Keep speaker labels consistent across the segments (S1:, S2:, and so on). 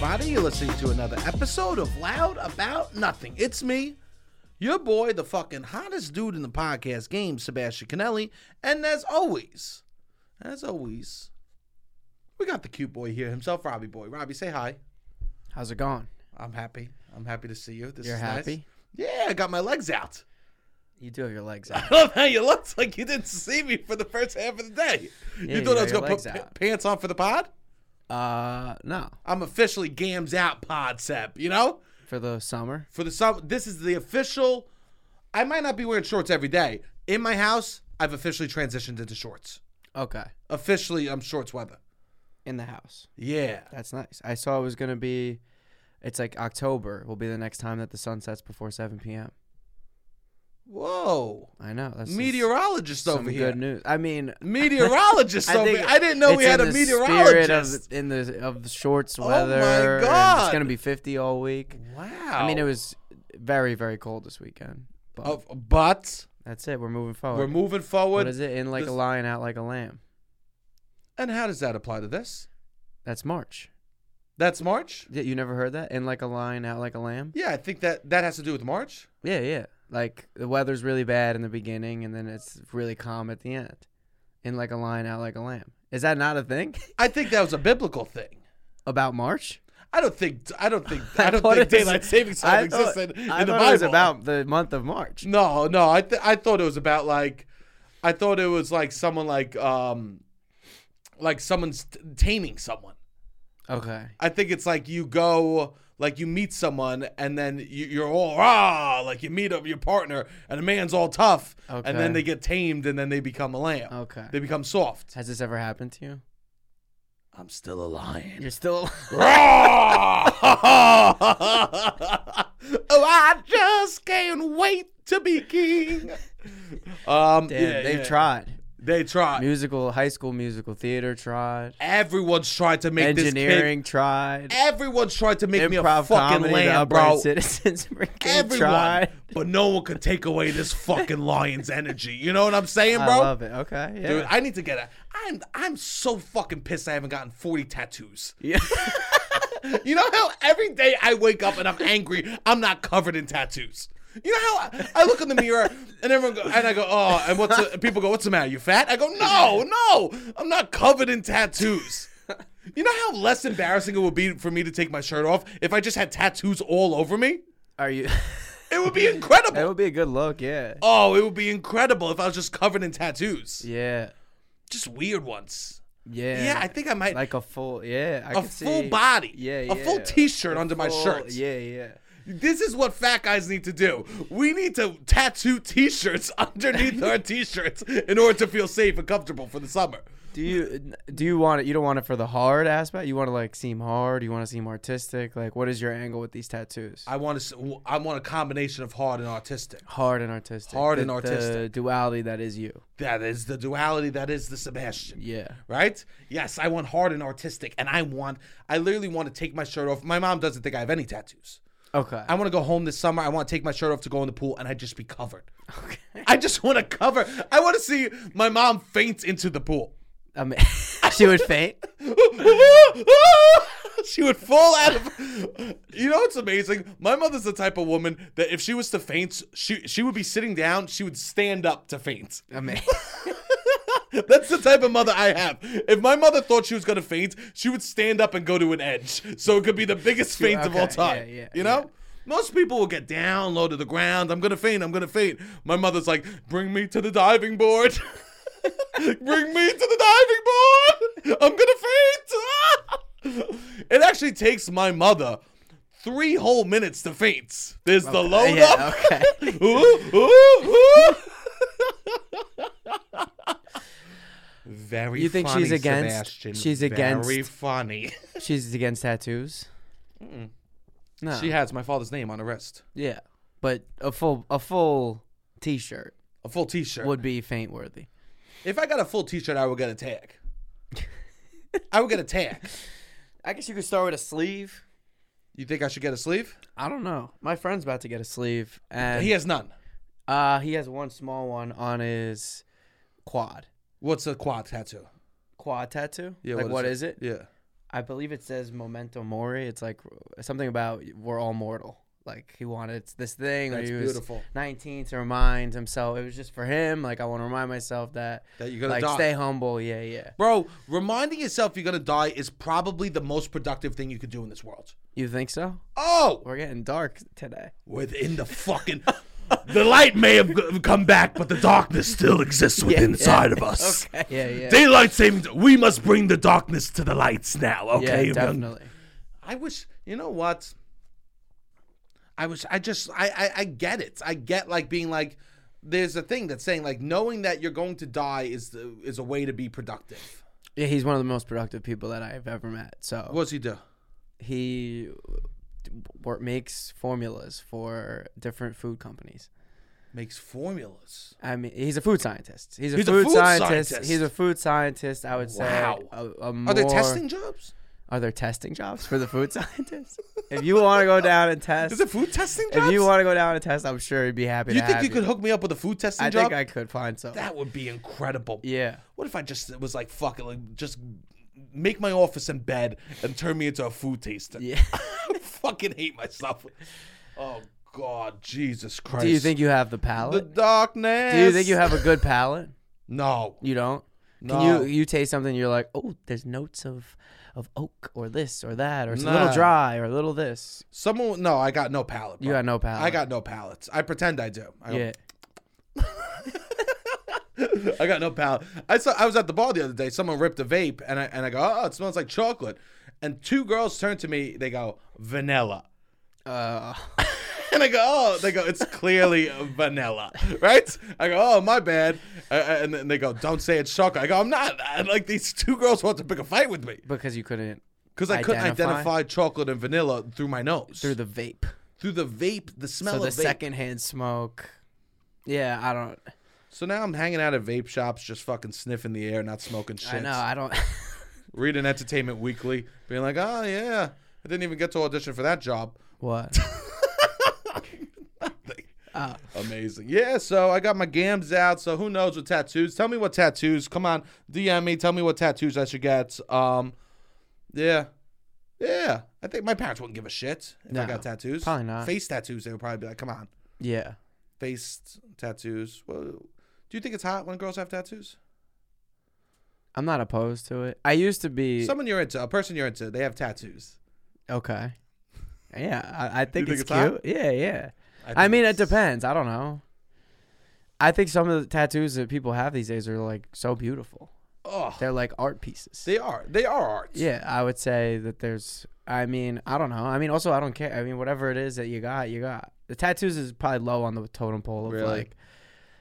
S1: listening to another episode of Loud About Nothing. It's me, your boy, the fucking hottest dude in the podcast game, Sebastian Canelli. And as always, as always, we got the cute boy here himself, Robbie Boy. Robbie, say hi.
S2: How's it going?
S1: I'm happy. I'm happy to see you. This
S2: You're
S1: is
S2: happy?
S1: Nice. Yeah, I got my legs out.
S2: You do have your legs out.
S1: I love how you looked like you didn't see me for the first half of the day.
S2: Yeah,
S1: you thought
S2: you
S1: I was
S2: got your
S1: gonna put
S2: legs
S1: pa-
S2: out.
S1: pants on for the pod?
S2: Uh, no,
S1: I'm officially gams out pod sep, you know?
S2: for the summer.
S1: for the summer. This is the official. I might not be wearing shorts every day. In my house, I've officially transitioned into shorts.
S2: Okay,
S1: Officially, I'm shorts weather.
S2: in the house.
S1: Yeah.
S2: That's nice. I saw it was gonna be. It's like October will be the next time that the sun sets before 7 p.m.
S1: Whoa.
S2: I know. That's just
S1: Meteorologist
S2: some
S1: over
S2: good
S1: here.
S2: news. I mean,
S1: Meteorologist
S2: I
S1: over
S2: think
S1: here. I didn't know we
S2: it's
S1: had
S2: in
S1: a
S2: the spirit
S1: meteorologist. Oh
S2: of, in the of the shorts
S1: my
S2: weather. and
S1: God.
S2: It's gonna be 50 all week.
S1: wow.
S2: I mean, it was very very cold this weekend. But
S1: Of- but
S2: that's it. We're moving forward.
S1: we're moving forward.
S2: what is it? In like
S1: this-
S2: a lion, out like a lamb.
S1: and how does that apply to this?
S2: That's March.
S1: That's March?
S2: Yeah, you never heard that? In like a lion, out like a lamb?
S1: Yeah, I think that that has to do with March.
S2: Yeah, yeah. Like the weather's really bad in the beginning and then it's really calm at the end. In like a lion, out like a lamb. Is that not a thing
S1: I think that was a biblical thing.
S2: about March?
S1: I don't think I don't think I don't
S2: thought
S1: think
S2: it was-
S1: daylight savings time
S2: I thought,
S1: existed in
S2: I
S1: the
S2: thought it was
S1: Bible.
S2: about the month of March.
S1: No, no. I th- I thought it was about like, I thought it was like someone like um, like someone's t- taming someone.
S2: Okay.
S1: I think it's like you go like you meet someone and then you, you're all rah like you meet up your partner and a man's all tough and
S2: Okay.
S1: then they get tamed and then they become a lamb.
S2: Okay.
S1: They become soft.
S2: Has this ever happened to you?
S1: I'm still a lion.
S2: You're still
S1: Rah! oh, I just can't wait to be king. Um,
S2: Damn,
S1: yeah,
S2: they've
S1: yeah.
S2: tried.
S1: They tried.
S2: Musical high school musical theater tried.
S1: Everyone's tried to make
S2: Engineering
S1: this
S2: tried.
S1: kid. Everyone's tried to make me a
S2: Improv
S1: fucking
S2: comedy, the
S1: lamb,
S2: upright
S1: bro.
S2: citizens freaking
S1: Everyone,
S2: tried.
S1: but no one could take away this fucking lion's energy. You know what I'm saying, bro?
S2: I love it. Okay. Yeah.
S1: Dude, I need to get a. I'm I'm so fucking pissed. I haven't gotten 40 tattoos.
S2: Yeah.
S1: You know how every day I wake up and I'm angry. I'm not covered in tattoos. You know how I, I look in the mirror and everyone go, and I go, oh, and what's the, and people go, what's the matter? You fat? I go, no, no, I'm not covered in tattoos. You know how less embarrassing it would be for me to take my shirt off if I just had tattoos all over me.
S2: Are you?
S1: It would be incredible.
S2: that would be a good look. Yeah.
S1: Oh, it would be incredible if I was just covered in tattoos.
S2: Yeah.
S1: Just weird ones.
S2: Yeah.
S1: Yeah, I think I might.
S2: like a full. Yeah. I
S1: a
S2: could
S1: full
S2: see-
S1: body.
S2: Yeah.
S1: A full
S2: yeah.
S1: t-shirt
S2: A
S1: under my
S2: full-
S1: shirts.
S2: Yeah. Yeah.
S1: This is what fat guys need to do. We need to tattoo t-shirts underneath our t-shirts in order to feel safe and comfortable for the summer.
S2: Do you do you want it? You don't want it for the hard aspect. You want to like seem hard. You want to seem artistic. Like, what is your angle with these tattoos?
S1: I want to I want a combination of hard and artistic.
S2: hard and artistic.
S1: Hard and
S2: The- The
S1: artistic.
S2: duality that is you.
S1: That is the duality that is the Sebastian.
S2: Yeah.
S1: Right? Yes, I want hard and artistic and I want I literally want to take my shirt off. My mom doesn't think I have any tattoos.
S2: Okay.
S1: I want to go home this summer. I want to take my shirt off to go in the pool and I just be covered.
S2: okay.
S1: I just want to cover. I want to see my mom faint into the pool.
S2: I mean, she would faint.
S1: she would fall out of. You know what's amazing? My mother's the type of woman that if she was to faint, she she would be sitting down. She would stand up to faint.
S2: I mean,
S1: That's the type of mother I have. If my mother thought she was gonna faint, she would stand up and go to an edge, so it could be the biggest faint of all
S2: okay,
S1: time.
S2: yeah, yeah,
S1: you know. Most people will get down, low to the ground. I'm gonna faint. I'm gonna faint. My mother's like, "Bring me to the diving board. Bring me to the diving board. I'm gonna faint." it actually takes my mother three whole minutes to faint. There's the load
S2: uh, yeah,
S1: up.
S2: okay.
S1: Oh, ooh, ooh, ooh. Very.
S2: You think
S1: funny,
S2: she's against-
S1: Sebastian.
S2: she's
S1: Very
S2: against-
S1: funny.
S2: she's against tattoos. No.
S1: she has my father's name on her wrist.
S2: yeah. But a full a full t-shirt
S1: A full T-shirt.
S2: would be faint worthy.
S1: If I got a full T-shirt, I would get a tag. I would get a tag.
S2: I guess you could start with a sleeve.
S1: You think I should get a sleeve?
S2: I don't know. My friend's about to get a sleeve, and
S1: He has none.
S2: uh, he has one small one on his quad,
S1: What's a quad tattoo?
S2: quad tattoo.
S1: Yeah,
S2: like
S1: what
S2: what
S1: is
S2: is, it?
S1: Yeah.
S2: I believe it says memento mori. It's like something about we're all mortal. Like he wanted this thing,
S1: That's
S2: or he was
S1: beautiful.
S2: 19 to remind himself. It was just for him. Like I want to remind myself that,
S1: That you're gonna
S2: like
S1: die.
S2: stay humble. Yeah, yeah.
S1: Bro, reminding yourself you're gonna die is probably the most productive thing you could do in this world.
S2: You think so?
S1: Oh,
S2: We're getting dark today.
S1: within the fucking, the light may have g- come back, but the darkness still exists within inside of us.
S2: Okay. Yeah, yeah.
S1: Daylight saving. We must bring the darkness to the lights now.
S2: yeah,
S1: Okay,
S2: definitely.
S1: I wish. You know what? I wish. I just. I, I. I get it. I get like being like. There's a thing that's saying like knowing that you're going to die is the, is a way to be productive.
S2: Yeah, he's one of the most productive people that I've ever met. So
S1: What does he do?
S2: he wor- makes formulas for different food companies.
S1: Makes formulas.
S2: I mean, he's a food scientist. He's a,
S1: He's a
S2: food,
S1: food
S2: scientist.
S1: scientist.
S2: He's a food scientist. I would say.
S1: Wow.
S2: A, a
S1: Are there
S2: more-
S1: testing jobs?
S2: Are there testing jobs for the food scientists? if you want to go down and test,
S1: Is there food testing jobs?
S2: if you want to go down and test, I'm sure he'd be happy.
S1: You
S2: to
S1: think
S2: have
S1: you could hook me up with a food testing
S2: I
S1: job?
S2: think I could find some.
S1: that would be incredible.
S2: yeah.
S1: What if I just was like, fuck it, like just make my office in bed and turn me into a food taster?
S2: Yeah.
S1: I fucking hate myself. Oh God, Jesus Christ!
S2: Do you think you have the
S1: the
S2: palate?
S1: darkness?
S2: Do you think you have a good palate?
S1: no?
S2: You don't. Can
S1: No.
S2: you you taste something? You're like, oh, there's notes of of oak or this or that or it's a
S1: Nah.
S2: little dry or a little this.
S1: Someone? No, I got no palate.
S2: You
S1: bro.
S2: got no palate.
S1: I got no palates. I pretend I do. I
S2: yeah.
S1: I got no palate. I saw. I was at the bar the other day. Someone ripped a vape, and I and I go, oh, it smells like chocolate. And two girls turn to me. They go, vanilla.
S2: Uh,
S1: And I go, oh, they go, it's clearly vanilla, right? I go, oh, my bad. I, I- and then they go, don't say it's chocolate. I go, I'm not. And like these two girls want to pick a fight with me
S2: because you couldn't
S1: because I couldn't
S2: Identify?
S1: identify chocolate and vanilla through my nose,
S2: through
S1: through,
S2: the vape.
S1: the vape, the smell
S2: So the
S1: of vape.
S2: secondhand smoke. Yeah, I don't.
S1: so now I'm hanging out at vape shops, just fucking sniffing the air, not smoking shit.
S2: I know. I don't.
S1: Reading Entertainment Weekly, being like, oh yeah, I didn't even get to audition for that job.
S2: what? Oh.
S1: Amazing. Yeah, so I got my gams out. So who knows with tattoos? Tell me what tattoos. Come on, DM me. Tell me what tattoos I should get. Um, yeah, yeah. I think my parents wouldn't give a shit if I
S2: No,
S1: got tattoos.
S2: probably not.
S1: Face tattoos. They would probably be like, "Come on,
S2: Yeah.
S1: face tattoos." Well, do you think it's hot when girls have tattoos?
S2: I'm not opposed to it. I used to be
S1: Someone you're into, a person you're into, they have tattoos.
S2: okay. Yeah, I, I think,
S1: think
S2: it's,
S1: it's
S2: cute.
S1: hot?
S2: Yeah, yeah.
S1: think
S2: I mean, it
S1: it's-
S2: depends. I don't know. I think some of the tattoos that people have these days are like so beautiful.
S1: Oh,
S2: They're like art pieces.
S1: they are. They are art.
S2: Yeah, I would say that there's. I mean, I don't know. I mean, also, I don't care. I mean, whatever it is that you got, you got. The tattoos is probably low on the totem pole of
S1: Really?
S2: like.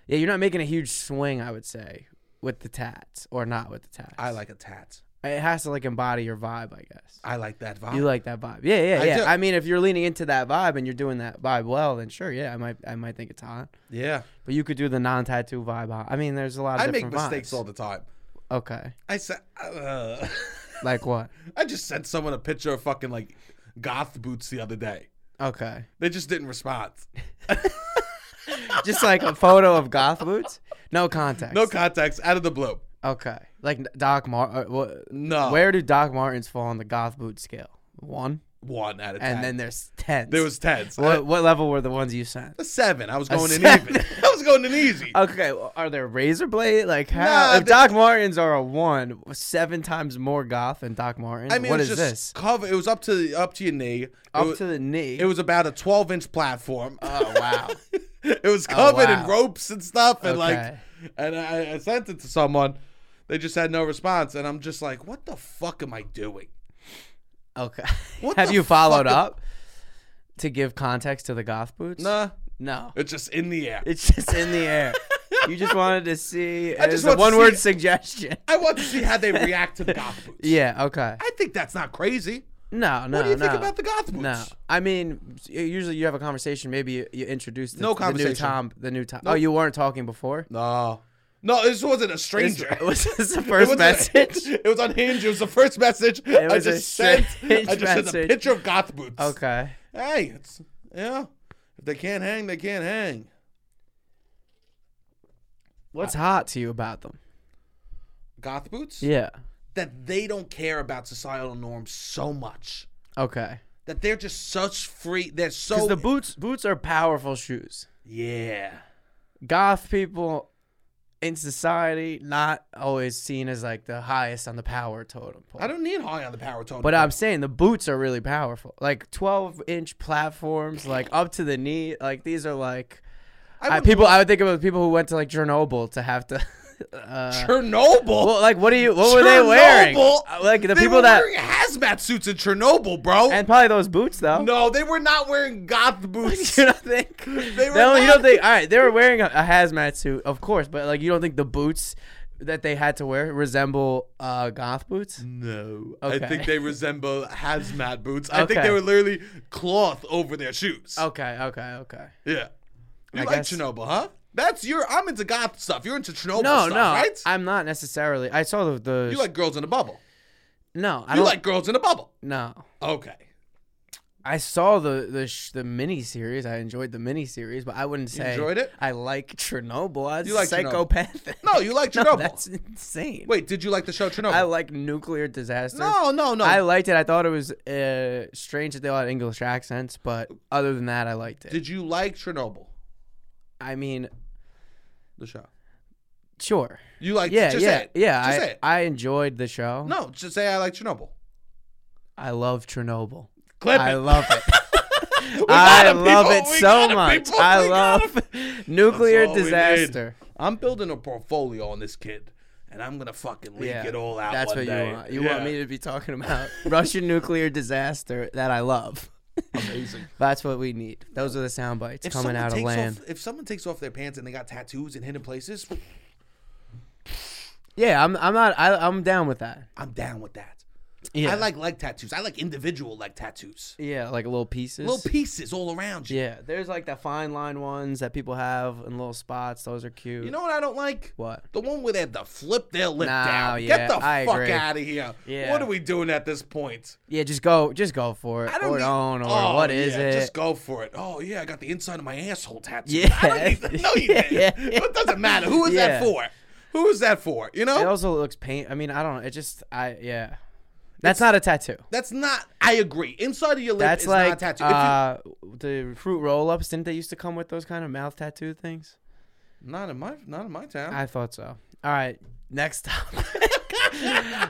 S2: Yeah, you're not making a huge swing. I would say with the tats or not with the tats.
S1: I like a tat.
S2: It has to like embody your vibe, I guess.
S1: I like that vibe.
S2: You like that vibe, yeah, yeah,
S1: I
S2: yeah.
S1: do.
S2: I, mean, if you're leaning into that vibe and you're doing that vibe well, then sure, yeah, I might, I might think it's hot.
S1: yeah.
S2: But you could do the non-tattoo vibe. hot. I mean, there's a lot of
S1: I make
S2: different
S1: mistakes
S2: vibes.
S1: all the time.
S2: Okay,
S1: I said. Uh,
S2: like what?
S1: I just sent someone a picture of fucking like goth boots the other day.
S2: Okay.
S1: They just didn't respond.
S2: just like a photo of goth boots no context
S1: No context, out of the blue.
S2: okay like doc martin
S1: No.
S2: where do doc martins fall on the goth boot scale one
S1: One out of ten.
S2: and then there's ten
S1: there was tens.
S2: what,
S1: I-
S2: what level were the ones you sent
S1: a seven. I was going in
S2: seven.
S1: even. I was going in easy.
S2: okay well, are there razor blade like how
S1: Nah,
S2: if
S1: the-
S2: doc martins are a one seven times more goth than doc martins
S1: I mean,
S2: what
S1: it was
S2: is
S1: just
S2: this
S1: cover. It was up to the, up to your knee. It,
S2: up
S1: was,
S2: to the knee
S1: it was about a twelve inch platform.
S2: oh wow Oh,
S1: it was covered in
S2: wow.
S1: ropes and stuff, and like,
S2: Okay.
S1: and I, I sent it to someone. They just had no response, and I'm just like, what the fuck am I doing?
S2: okay
S1: What
S2: have
S1: the
S2: you followed
S1: fuck-
S2: up to give context to the goth boots
S1: Nah,
S2: no
S1: it's just in the air.
S2: It's just in the air. you just wanted to see. It
S1: just
S2: was a
S1: want to see
S2: one word
S1: it.
S2: suggestion.
S1: I want to see how they react to the goth boots.
S2: Yeah. Okay.
S1: I think that's not crazy.
S2: No. No.
S1: What do you
S2: no.
S1: think about the goth boots?
S2: No. I mean, y- usually you have a conversation. Maybe you, you introduce the,
S1: No
S2: the new
S1: conversation.
S2: Tom. The new Tom. Oh, you weren't talking before.
S1: No. No, this wasn't a
S2: This,
S1: stranger.
S2: was this the
S1: It wasn't
S2: first
S1: a-
S2: message?
S1: it was on Hinge. It was the first message. I
S2: was a
S1: just sent. I
S2: strange
S1: just sent a
S2: message.
S1: picture of goth boots.
S2: okay.
S1: Hey, it's yeah. If they can't hang, they can't hang.
S2: What's hot to you about them?
S1: Goth boots?
S2: Yeah.
S1: that they don't care about societal norms so much
S2: Okay.
S1: that they're just such free. They're so
S2: Because the boots boots are powerful shoes.
S1: yeah.
S2: Goth people in society not always seen as like the highest on the power totem pole.
S1: I don't need high on the power totem.
S2: But I'm saying the boots are really powerful. Like 12 inch platforms, like up to the knee. Like these are like I
S1: would
S2: people. I would think about people who went to like Chernobyl to have to. Uh,
S1: Chernobyl.
S2: well, like what do you? What were they wearing?
S1: Chernobyl?
S2: Uh, Like the
S1: they
S2: people
S1: were
S2: that
S1: wearing hazmat suits in Chernobyl, bro.
S2: and probably those boots though.
S1: no, they were not wearing goth boots.
S2: You don't think?
S1: They were
S2: no, you don't
S1: not-
S2: think? All right, they were wearing a, a hazmat suit, of course, but like you don't think the boots that they had to wear resemble uh, goth boots?
S1: No, I
S2: Okay.
S1: think they resemble hazmat boots. I think
S2: Okay.
S1: they were literally cloth over their shoes.
S2: Okay, okay, okay.
S1: Yeah. You
S2: I
S1: like
S2: guess-
S1: Chernobyl, huh? That's your. I'm into goth stuff. You're into Chernobyl
S2: No,
S1: stuff,
S2: no,
S1: right?
S2: I'm not necessarily. I saw the the.
S1: you like girls in a bubble.
S2: no, I
S1: You
S2: don't
S1: like girls in a bubble.
S2: no.
S1: Okay.
S2: I saw the the sh- the mini series. I enjoyed the mini series, but I wouldn't say
S1: enjoyed it?
S2: I like Chernobyl. I was
S1: You like Chernobyl.
S2: psychopathic.
S1: No, you like
S2: No,
S1: Chernobyl.
S2: that's insane.
S1: Wait, did you like the show Chernobyl?
S2: I like nuclear disasters.
S1: no, no, no.
S2: I liked it. I thought it was uh, strange that they all had English accents, but other than that, I liked it.
S1: did you like Chernobyl?
S2: I mean,
S1: The show.
S2: sure.
S1: You like?
S2: Yeah,
S1: Just
S2: yeah,
S1: say it.
S2: yeah.
S1: Just
S2: I
S1: say it.
S2: I enjoyed the show.
S1: No, just say I like Chernobyl.
S2: I love Chernobyl.
S1: Clip
S2: I
S1: it.
S2: love it.
S1: We
S2: I
S1: gotta,
S2: love
S1: people.
S2: it
S1: We
S2: so
S1: gotta,
S2: much.
S1: people.
S2: I
S1: We gotta.
S2: love nuclear
S1: That's all we need.
S2: disaster.
S1: I'm building a portfolio on this kid, and I'm gonna fucking leak it all out.
S2: That's
S1: one
S2: what
S1: day.
S2: you want. You
S1: Yeah.
S2: want me to be talking about Russian nuclear disaster that I love.
S1: Amazing.
S2: That's what we need. Those are the sound bites coming
S1: someone
S2: out of
S1: takes
S2: land.
S1: Off, if someone takes off their pants and they got tattoos in hidden places,
S2: Yeah, I'm. I'm not. I, I'm down with that.
S1: I'm down with that.
S2: Yeah.
S1: I like leg tattoos. I like individual leg tattoos.
S2: Yeah, like little pieces.
S1: Little pieces all around you.
S2: yeah, there's like the fine line ones that people have in little spots. Those are cute.
S1: You know what I don't like?
S2: what?
S1: The one where they have to flip their lip
S2: No,
S1: down.
S2: yeah,
S1: Get the
S2: I
S1: fuck
S2: agree.
S1: out of here.
S2: Yeah.
S1: What are we doing at this point?
S2: Yeah, just go. Just go for it.
S1: I
S2: or
S1: need-
S2: don't. Or
S1: Oh,
S2: what is
S1: yeah,
S2: it?
S1: Just go for it. Oh yeah, I got the inside of my asshole tattooed.
S2: Yeah.
S1: I don't need that. No, you
S2: Yeah,
S1: didn't.
S2: yeah.
S1: It doesn't matter. Who is that
S2: Yeah.
S1: for? Who is that for? You know?
S2: It also looks paint. I mean, I don't know. It just. I yeah. That's not a tattoo.
S1: That's not. I agree. Inside of your lip
S2: That's
S1: is
S2: like
S1: not a tattoo. If you-
S2: uh, the fruit roll-ups. Didn't they used to come with those kind of mouth tattoo things?
S1: Not in my not in my town.
S2: I thought so. All right, next topic.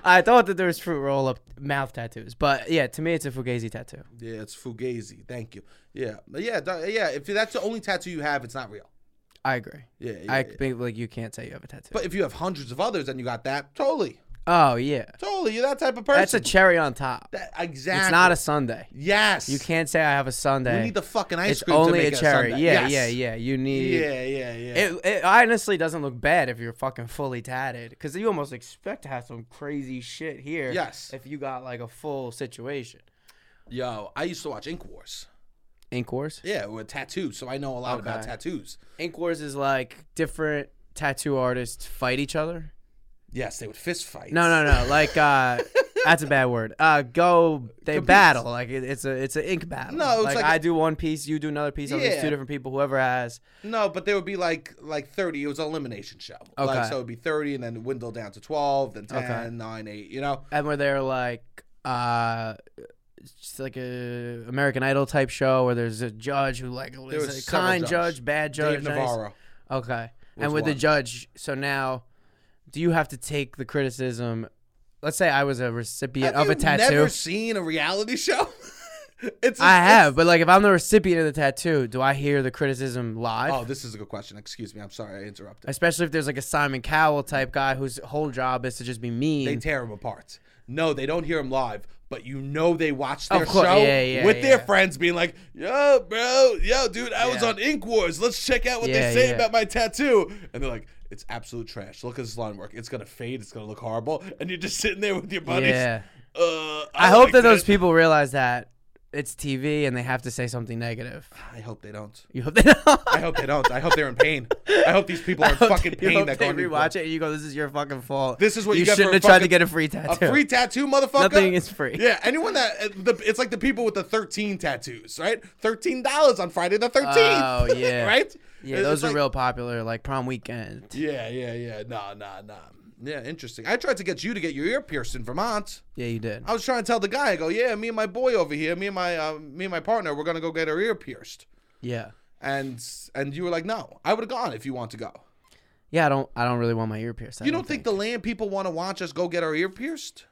S2: I thought that there was fruit roll-up mouth tattoos, but yeah, to me it's a fugazi tattoo.
S1: yeah, it's fugazi. Thank you. Yeah, but yeah, da- yeah. If that's the only tattoo you have, it's not real.
S2: I agree.
S1: Yeah, yeah,
S2: I
S1: yeah.
S2: think like you can't say you have a tattoo.
S1: But if you have hundreds of others and you got that, totally,
S2: oh yeah,
S1: totally, you're that type of person.
S2: that's a cherry on top.
S1: That- exactly.
S2: It's not a Sunday.
S1: yes.
S2: You can't say I have a Sunday.
S1: We need the fucking ice
S2: it's
S1: cream. to
S2: only
S1: make
S2: a
S1: it
S2: cherry.
S1: Sunday.
S2: yeah,
S1: Yes.
S2: yeah, yeah. You need.
S1: yeah, yeah, yeah.
S2: It, it honestly doesn't look bad if you're fucking fully tatted, because you almost expect to have some crazy shit here.
S1: Yes.
S2: If you got like a full situation.
S1: Yo, I used to watch Ink Wars.
S2: Ink Wars.
S1: Yeah, with tattoos, so I know a lot about
S2: Okay.
S1: tattoos.
S2: Ink Wars is like different tattoo artists fight each other.
S1: Yes, they would fist fight.
S2: No, no, no. Like uh that's a bad word. Uh go they
S1: Compete.
S2: battle. Like it, it's a it's an ink battle.
S1: No, it's
S2: like,
S1: like a-
S2: I do one piece, you do another piece, yeah.
S1: Yeah.
S2: there's two different people, whoever has
S1: No, but there would be like like 30. It was an elimination show. Like,
S2: Okay.
S1: so it would be 30 and then window down to 12, then 10,
S2: Okay.
S1: 9, 8, you know?
S2: and where they're like uh it's like a American Idol type show where there's a judge who like
S1: was
S2: is a
S1: several
S2: kind
S1: judge.
S2: judge. bad judge,
S1: Dave
S2: nice-
S1: Navarro.
S2: Okay.
S1: was
S2: And with
S1: one.
S2: the judge, so now do you have to take the criticism? Let's say I was a recipient
S1: Have
S2: of a
S1: you
S2: tattoo.
S1: never seen a reality show? it's
S2: I
S1: it's-
S2: have, but like if I'm the recipient of the tattoo, do I hear the criticism live?
S1: Oh, this is a good question. Excuse me. I'm sorry I interrupted.
S2: Especially if there's like a Simon Cowell type guy whose whole job is to just be mean.
S1: They tear him apart. No, they don't hear him live, but you know they watch their
S2: Of course,
S1: show
S2: yeah, yeah,
S1: with their
S2: yeah.
S1: friends being like, yo, bro, yo, dude, I was
S2: Yeah.
S1: on Ink Wars. Let's check out what
S2: Yeah,
S1: they say
S2: yeah.
S1: about my tattoo. And they're like, it's absolute trash. Look at this line work. It's going to fade. It's going to look horrible. And you're just sitting there with your buddies.
S2: yeah.
S1: Uh, I,
S2: I, hope
S1: like
S2: that those
S1: this."
S2: people realize that it's TV and they have to say something negative.
S1: I hope they don't.
S2: You hope they don't.
S1: I hope they don't. I hope they're in pain. I hope these people are in fucking
S2: you
S1: pain
S2: hope
S1: that
S2: they
S1: go on Ink Wars.
S2: rewatch it and you go, "This is your fucking fault."
S1: This is what you get for
S2: shouldn't
S1: a
S2: have tried to
S1: fucking-
S2: get a free
S1: A
S2: tattoo.
S1: free tattoo, motherfucker.
S2: Nothing is free.
S1: Yeah, anyone that uh, the, it's like the people with the thirteen tattoos, right? Thirteen dollars on Friday the thirteenth.
S2: Oh, yeah.
S1: right.
S2: Yeah,
S1: It's
S2: those are
S1: like-
S2: real popular, like prom weekend.
S1: Yeah, yeah, yeah. Nah, nah, nah. Yeah, interesting. I tried to get you to get your ear pierced in Vermont.
S2: Yeah, you did.
S1: I was trying to tell the guy, I go, yeah, me and my boy over here, me and my uh, me and my partner, we're gonna go get our ear pierced.
S2: Yeah.
S1: And and you were like, no, I would have gone if you want to go.
S2: Yeah, I don't. I don't really want my ear pierced. I
S1: you don't think, the land people want to watch us go get our ear pierced?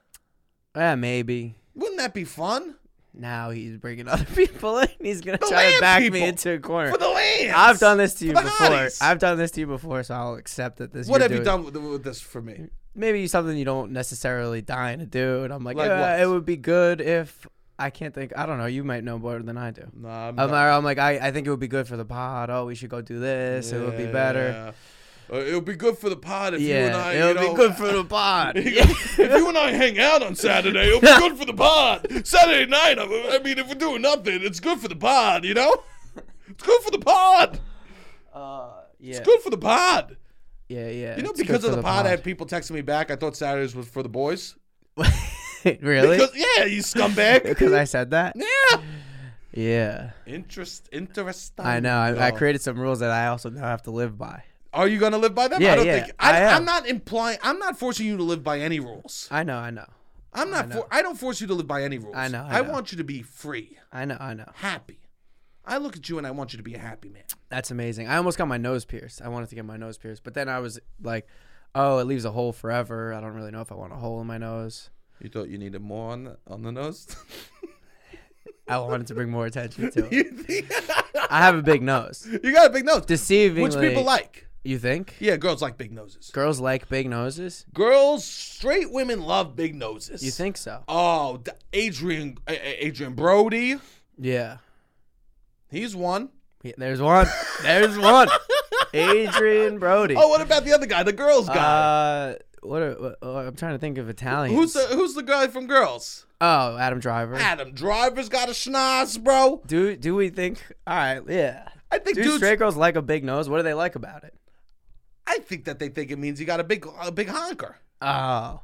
S2: Yeah, maybe.
S1: Wouldn't that be fun
S2: Now he's bringing other people in. He's gonna
S1: The
S2: try
S1: lamb
S2: to back me
S1: people.
S2: into a corner.
S1: for the land?
S2: I've done this to you
S1: the
S2: before.
S1: hotties.
S2: I've done this to you before, so I'll accept that this.
S1: What
S2: you're
S1: have you
S2: doing-
S1: done with, with this for me?
S2: Maybe something you don't necessarily dying to do, and I'm like,
S1: Like
S2: "Yeah,
S1: what?
S2: it would be good if I can't think. I don't know. You might know more than I do.
S1: Nah, I'm
S2: I'm,
S1: not-
S2: I'm like, I, I think it would be good for the pod. Oh, we should go do this. It would be better.
S1: Yeah. Uh, it would be good for the pod if you and
S2: Yeah,
S1: I.
S2: it would
S1: you know,
S2: be good for the pod.
S1: if you and I hang out on Saturday, it'll be good for the pod. Saturday night, I, I mean, if we're doing nothing, it's good for the pod, you know? It's good for the pod.
S2: Uh, yeah,
S1: It's good for the pod.
S2: yeah, yeah.
S1: You know,
S2: it's good
S1: because
S2: for
S1: of the, pod, I had people texting me back. I thought Saturdays was for the boys.
S2: pod. really?
S1: Because, yeah, you scumbag.
S2: Because I said that.
S1: yeah.
S2: Yeah,
S1: Interest, interesting.
S2: I know. I, I
S1: Oh.
S2: created some rules that I also now have to live by.
S1: Are you gonna live by them?
S2: Yeah,
S1: I don't
S2: yeah,
S1: think. I,
S2: I am.
S1: I'm not implying. I'm not forcing you to live by any rules.
S2: I know. I know.
S1: I'm not. I, for, I don't force you to live by any rules.
S2: I know, I know.
S1: want you to be free,
S2: I know. I know.
S1: happy. I look at you and I want you to be a happy man.
S2: That's amazing. I almost got my nose pierced. I wanted to get my nose pierced, but then I was like, "Oh, it leaves a hole forever. I don't really know if I want a hole in my nose.
S1: You thought you needed more on the, on the nose.
S2: I wanted to bring more attention to it.
S1: you think-
S2: I have a big nose.
S1: You got a big nose,
S2: Deceivingly,
S1: which people like.
S2: you think
S1: Yeah, girls like big noses.
S2: girls like big noses?
S1: Girls, straight women love big noses.
S2: You think so?
S1: Oh, d- Adrian, A- A- Adrian Brody,
S2: Yeah.
S1: he's one.
S2: Yeah, There's one. There's one. Adrian Brody.
S1: Oh, what about the other guy, the girls guy?
S2: uh, what? Are, what oh, I'm trying to think of Italians.
S1: who's the Ah. Who's the guy from Girls?
S2: Oh, Adam Driver.
S1: Adam Driver's got a schnoz, bro.
S2: Do do we think? All right. Yeah.
S1: I think
S2: Do
S1: dudes.
S2: straight girls like a big nose? What do they like about it?
S1: I think that they think it means you got a big, a big honker.
S2: Oh,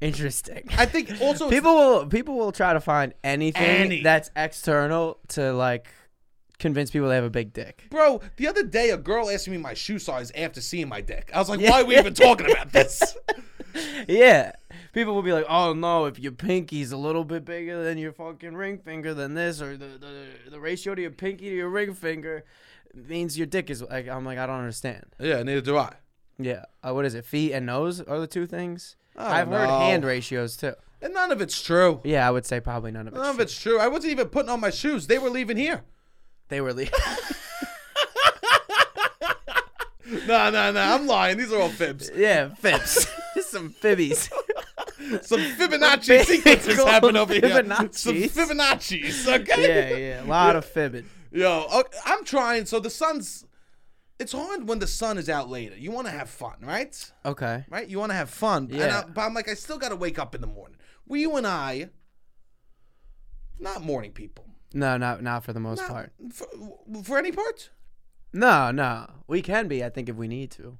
S2: interesting.
S1: I think also it's-
S2: people will people will try to find anything
S1: Any.
S2: that's external to like convince people they have a big dick.
S1: Bro, the other day a girl asked me my shoe size after seeing my dick. I was like,
S2: Yeah.
S1: why are we even talking about this?
S2: Yeah, people will be like, "Oh no, if your pinky's a little bit bigger than your fucking ring finger, then this or the the, the ratio to your pinky to your ring finger." Means your dick is like I'm like I don't understand.
S1: yeah, neither do I.
S2: Yeah, uh, what is it? Feet and nose are the two things.
S1: Oh,
S2: I've heard
S1: no.
S2: hand ratios too.
S1: And none of it's true.
S2: Yeah, I would say probably none of it.
S1: None of it's true. I wasn't even putting on my shoes. They were leaving here.
S2: They were le-
S1: No, no, no. I'm lying. These are all fibs.
S2: yeah fibs, some fibbies.
S1: Some Fibonacci sequences
S2: Cool
S1: happen over here. Some
S2: Fibonaccis.
S1: Fibonacci's, okay?
S2: yeah, yeah. A lot of fibbing.
S1: Yo, oh, I'm trying. So the sun's. It's hard when the sun is out later. You want to have fun, right?
S2: Okay.
S1: right? You want to have fun. And
S2: Yeah.
S1: I, but I'm like, I still got to wake up in the morning. Well, you and I, not morning people.
S2: No, not not for the most
S1: Not-
S2: part.
S1: For, for any part?
S2: No, no. We can be, I think, if we need to.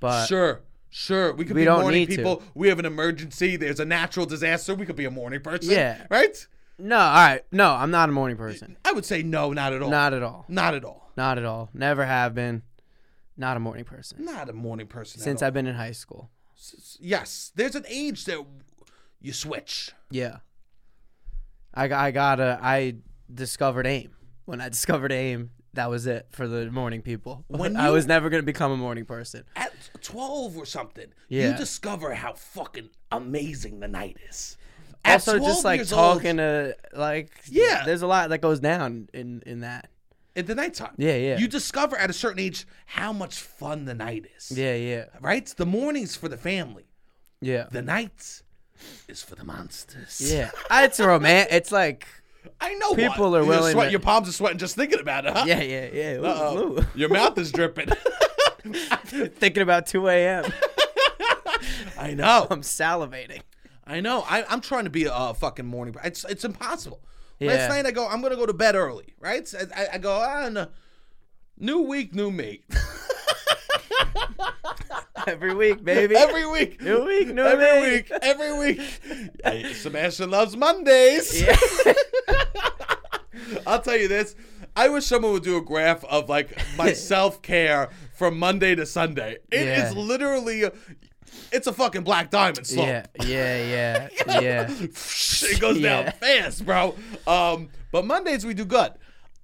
S2: But
S1: sure. Sure. We could
S2: Uh, we
S1: be
S2: don't
S1: morning
S2: need to.
S1: people. We have an emergency. There's a natural disaster. We could be a morning person.
S2: Yeah.
S1: Right?
S2: no, all right. No, I'm not a morning person.
S1: I would say no, not at all.
S2: Not at all.
S1: Not at all.
S2: Not at all. Never have been. Not a morning person
S1: Not a morning person.
S2: since
S1: at all.
S2: I've been in high school.
S1: Yes. There's an age that you switch.
S2: Yeah. I got, I got a I discovered aim. When I discovered aim, that was it for the morning people.
S1: When
S2: I
S1: you-
S2: was never going to become a morning person.
S1: At 12 or something,
S2: Yeah.
S1: you discover how fucking amazing the night is. At
S2: Also,
S1: 12
S2: just like
S1: years old-
S2: talking to like
S1: Yeah.
S2: there's a lot that goes down in in that.
S1: at the nighttime.
S2: Yeah, yeah.
S1: You discover at a certain age how much fun the night is.
S2: Yeah, yeah,
S1: Right? The morning's for the family.
S2: yeah,
S1: The night is for the monsters.
S2: yeah. It's romantic. It's like
S1: I know
S2: People
S1: what.
S2: are
S1: You're
S2: willing
S1: sweat-
S2: to-
S1: Your palms are sweating just thinking about it, huh?
S2: yeah, yeah, yeah. Ooh,
S1: Uh-oh.
S2: ooh.
S1: Your mouth is dripping.
S2: Thinking about 2 a.m.
S1: I know.
S2: I'm salivating.
S1: I know. I, I'm trying to be a fucking morning. It's it's impossible.
S2: Yeah.
S1: Last night I go. I'm gonna go to bed early, right? So I, I- I go. Ah, no. New week, new me.
S2: Every week, baby.
S1: Every week,
S2: New week, new
S1: every
S2: me.
S1: week, every week. Yeah, Sebastian loves Mondays.
S2: Yeah.
S1: I'll tell you this. I wish someone would do a graph of like my self care from Monday to Sunday. It is
S2: Yeah.
S1: literally it's a fucking black diamond slope.
S2: Yeah, yeah, yeah, yeah.
S1: it goes
S2: Yeah.
S1: down fast, bro. Um, but Mondays we do good.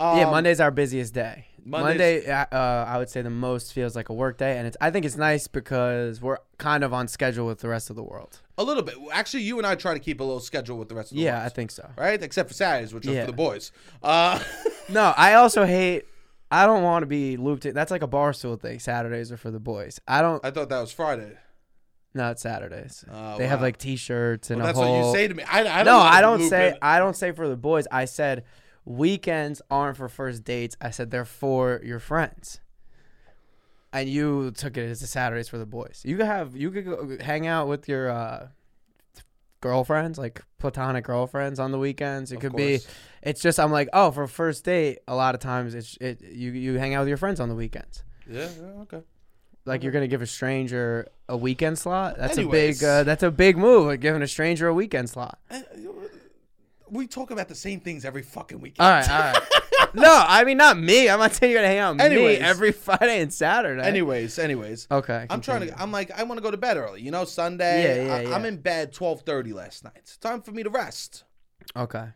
S1: Um,
S2: Yeah, Monday's our busiest day.
S1: Mondays-
S2: Monday, uh, uh, I would say the most feels like a work day, and it's. I think it's nice because we're kind of on schedule with the rest of the world.
S1: a little bit. Actually, you and I try to keep a little schedule with the rest of the
S2: Yeah, I
S1: ones,
S2: think so.
S1: right, except for Saturdays, which are
S2: Yeah.
S1: for the boys. Uh,
S2: No, I also hate. I don't want to be looped in. That's like a barstool thing. Saturdays are for the boys. I don't.
S1: I thought that was Friday.
S2: No, it's Saturdays.
S1: Oh,
S2: they have
S1: wow.
S2: like T-shirts and
S1: Well,
S2: a
S1: that's
S2: whole.
S1: what you say to me. I, I don't
S2: no,
S1: wanna
S2: I
S1: be
S2: don't
S1: looped
S2: say
S1: in.
S2: I don't say for the boys. I said weekends aren't for first dates. I said they're for your friends. And you took it as a Saturdays for the boys. You could have you could go hang out with your uh, girlfriends, like platonic girlfriends, on the weekends. It
S1: Of
S2: could
S1: course.
S2: be. It's just I'm like oh for a first date. A lot of times it's it you you hang out with your friends on the weekends.
S1: Yeah, yeah, okay.
S2: Like you're gonna give a stranger a weekend slot. That's
S1: Anyways.
S2: a big uh, that's a big move. Like giving a stranger a weekend slot.
S1: Uh, We talk about the same things every fucking weekend.
S2: All right, all right. no, I mean not me. I'm not saying you're gonna hang out with
S1: Anyways.
S2: me every Friday and Saturday.
S1: Anyways, anyways.
S2: okay.
S1: I'm trying
S2: continue.
S1: to. I'm like, I want to go to bed early. You know, Sunday.
S2: Yeah,
S1: I,
S2: yeah,
S1: I'm
S2: yeah.
S1: in bed 12:30 last night. It's time for me to rest.
S2: Okay.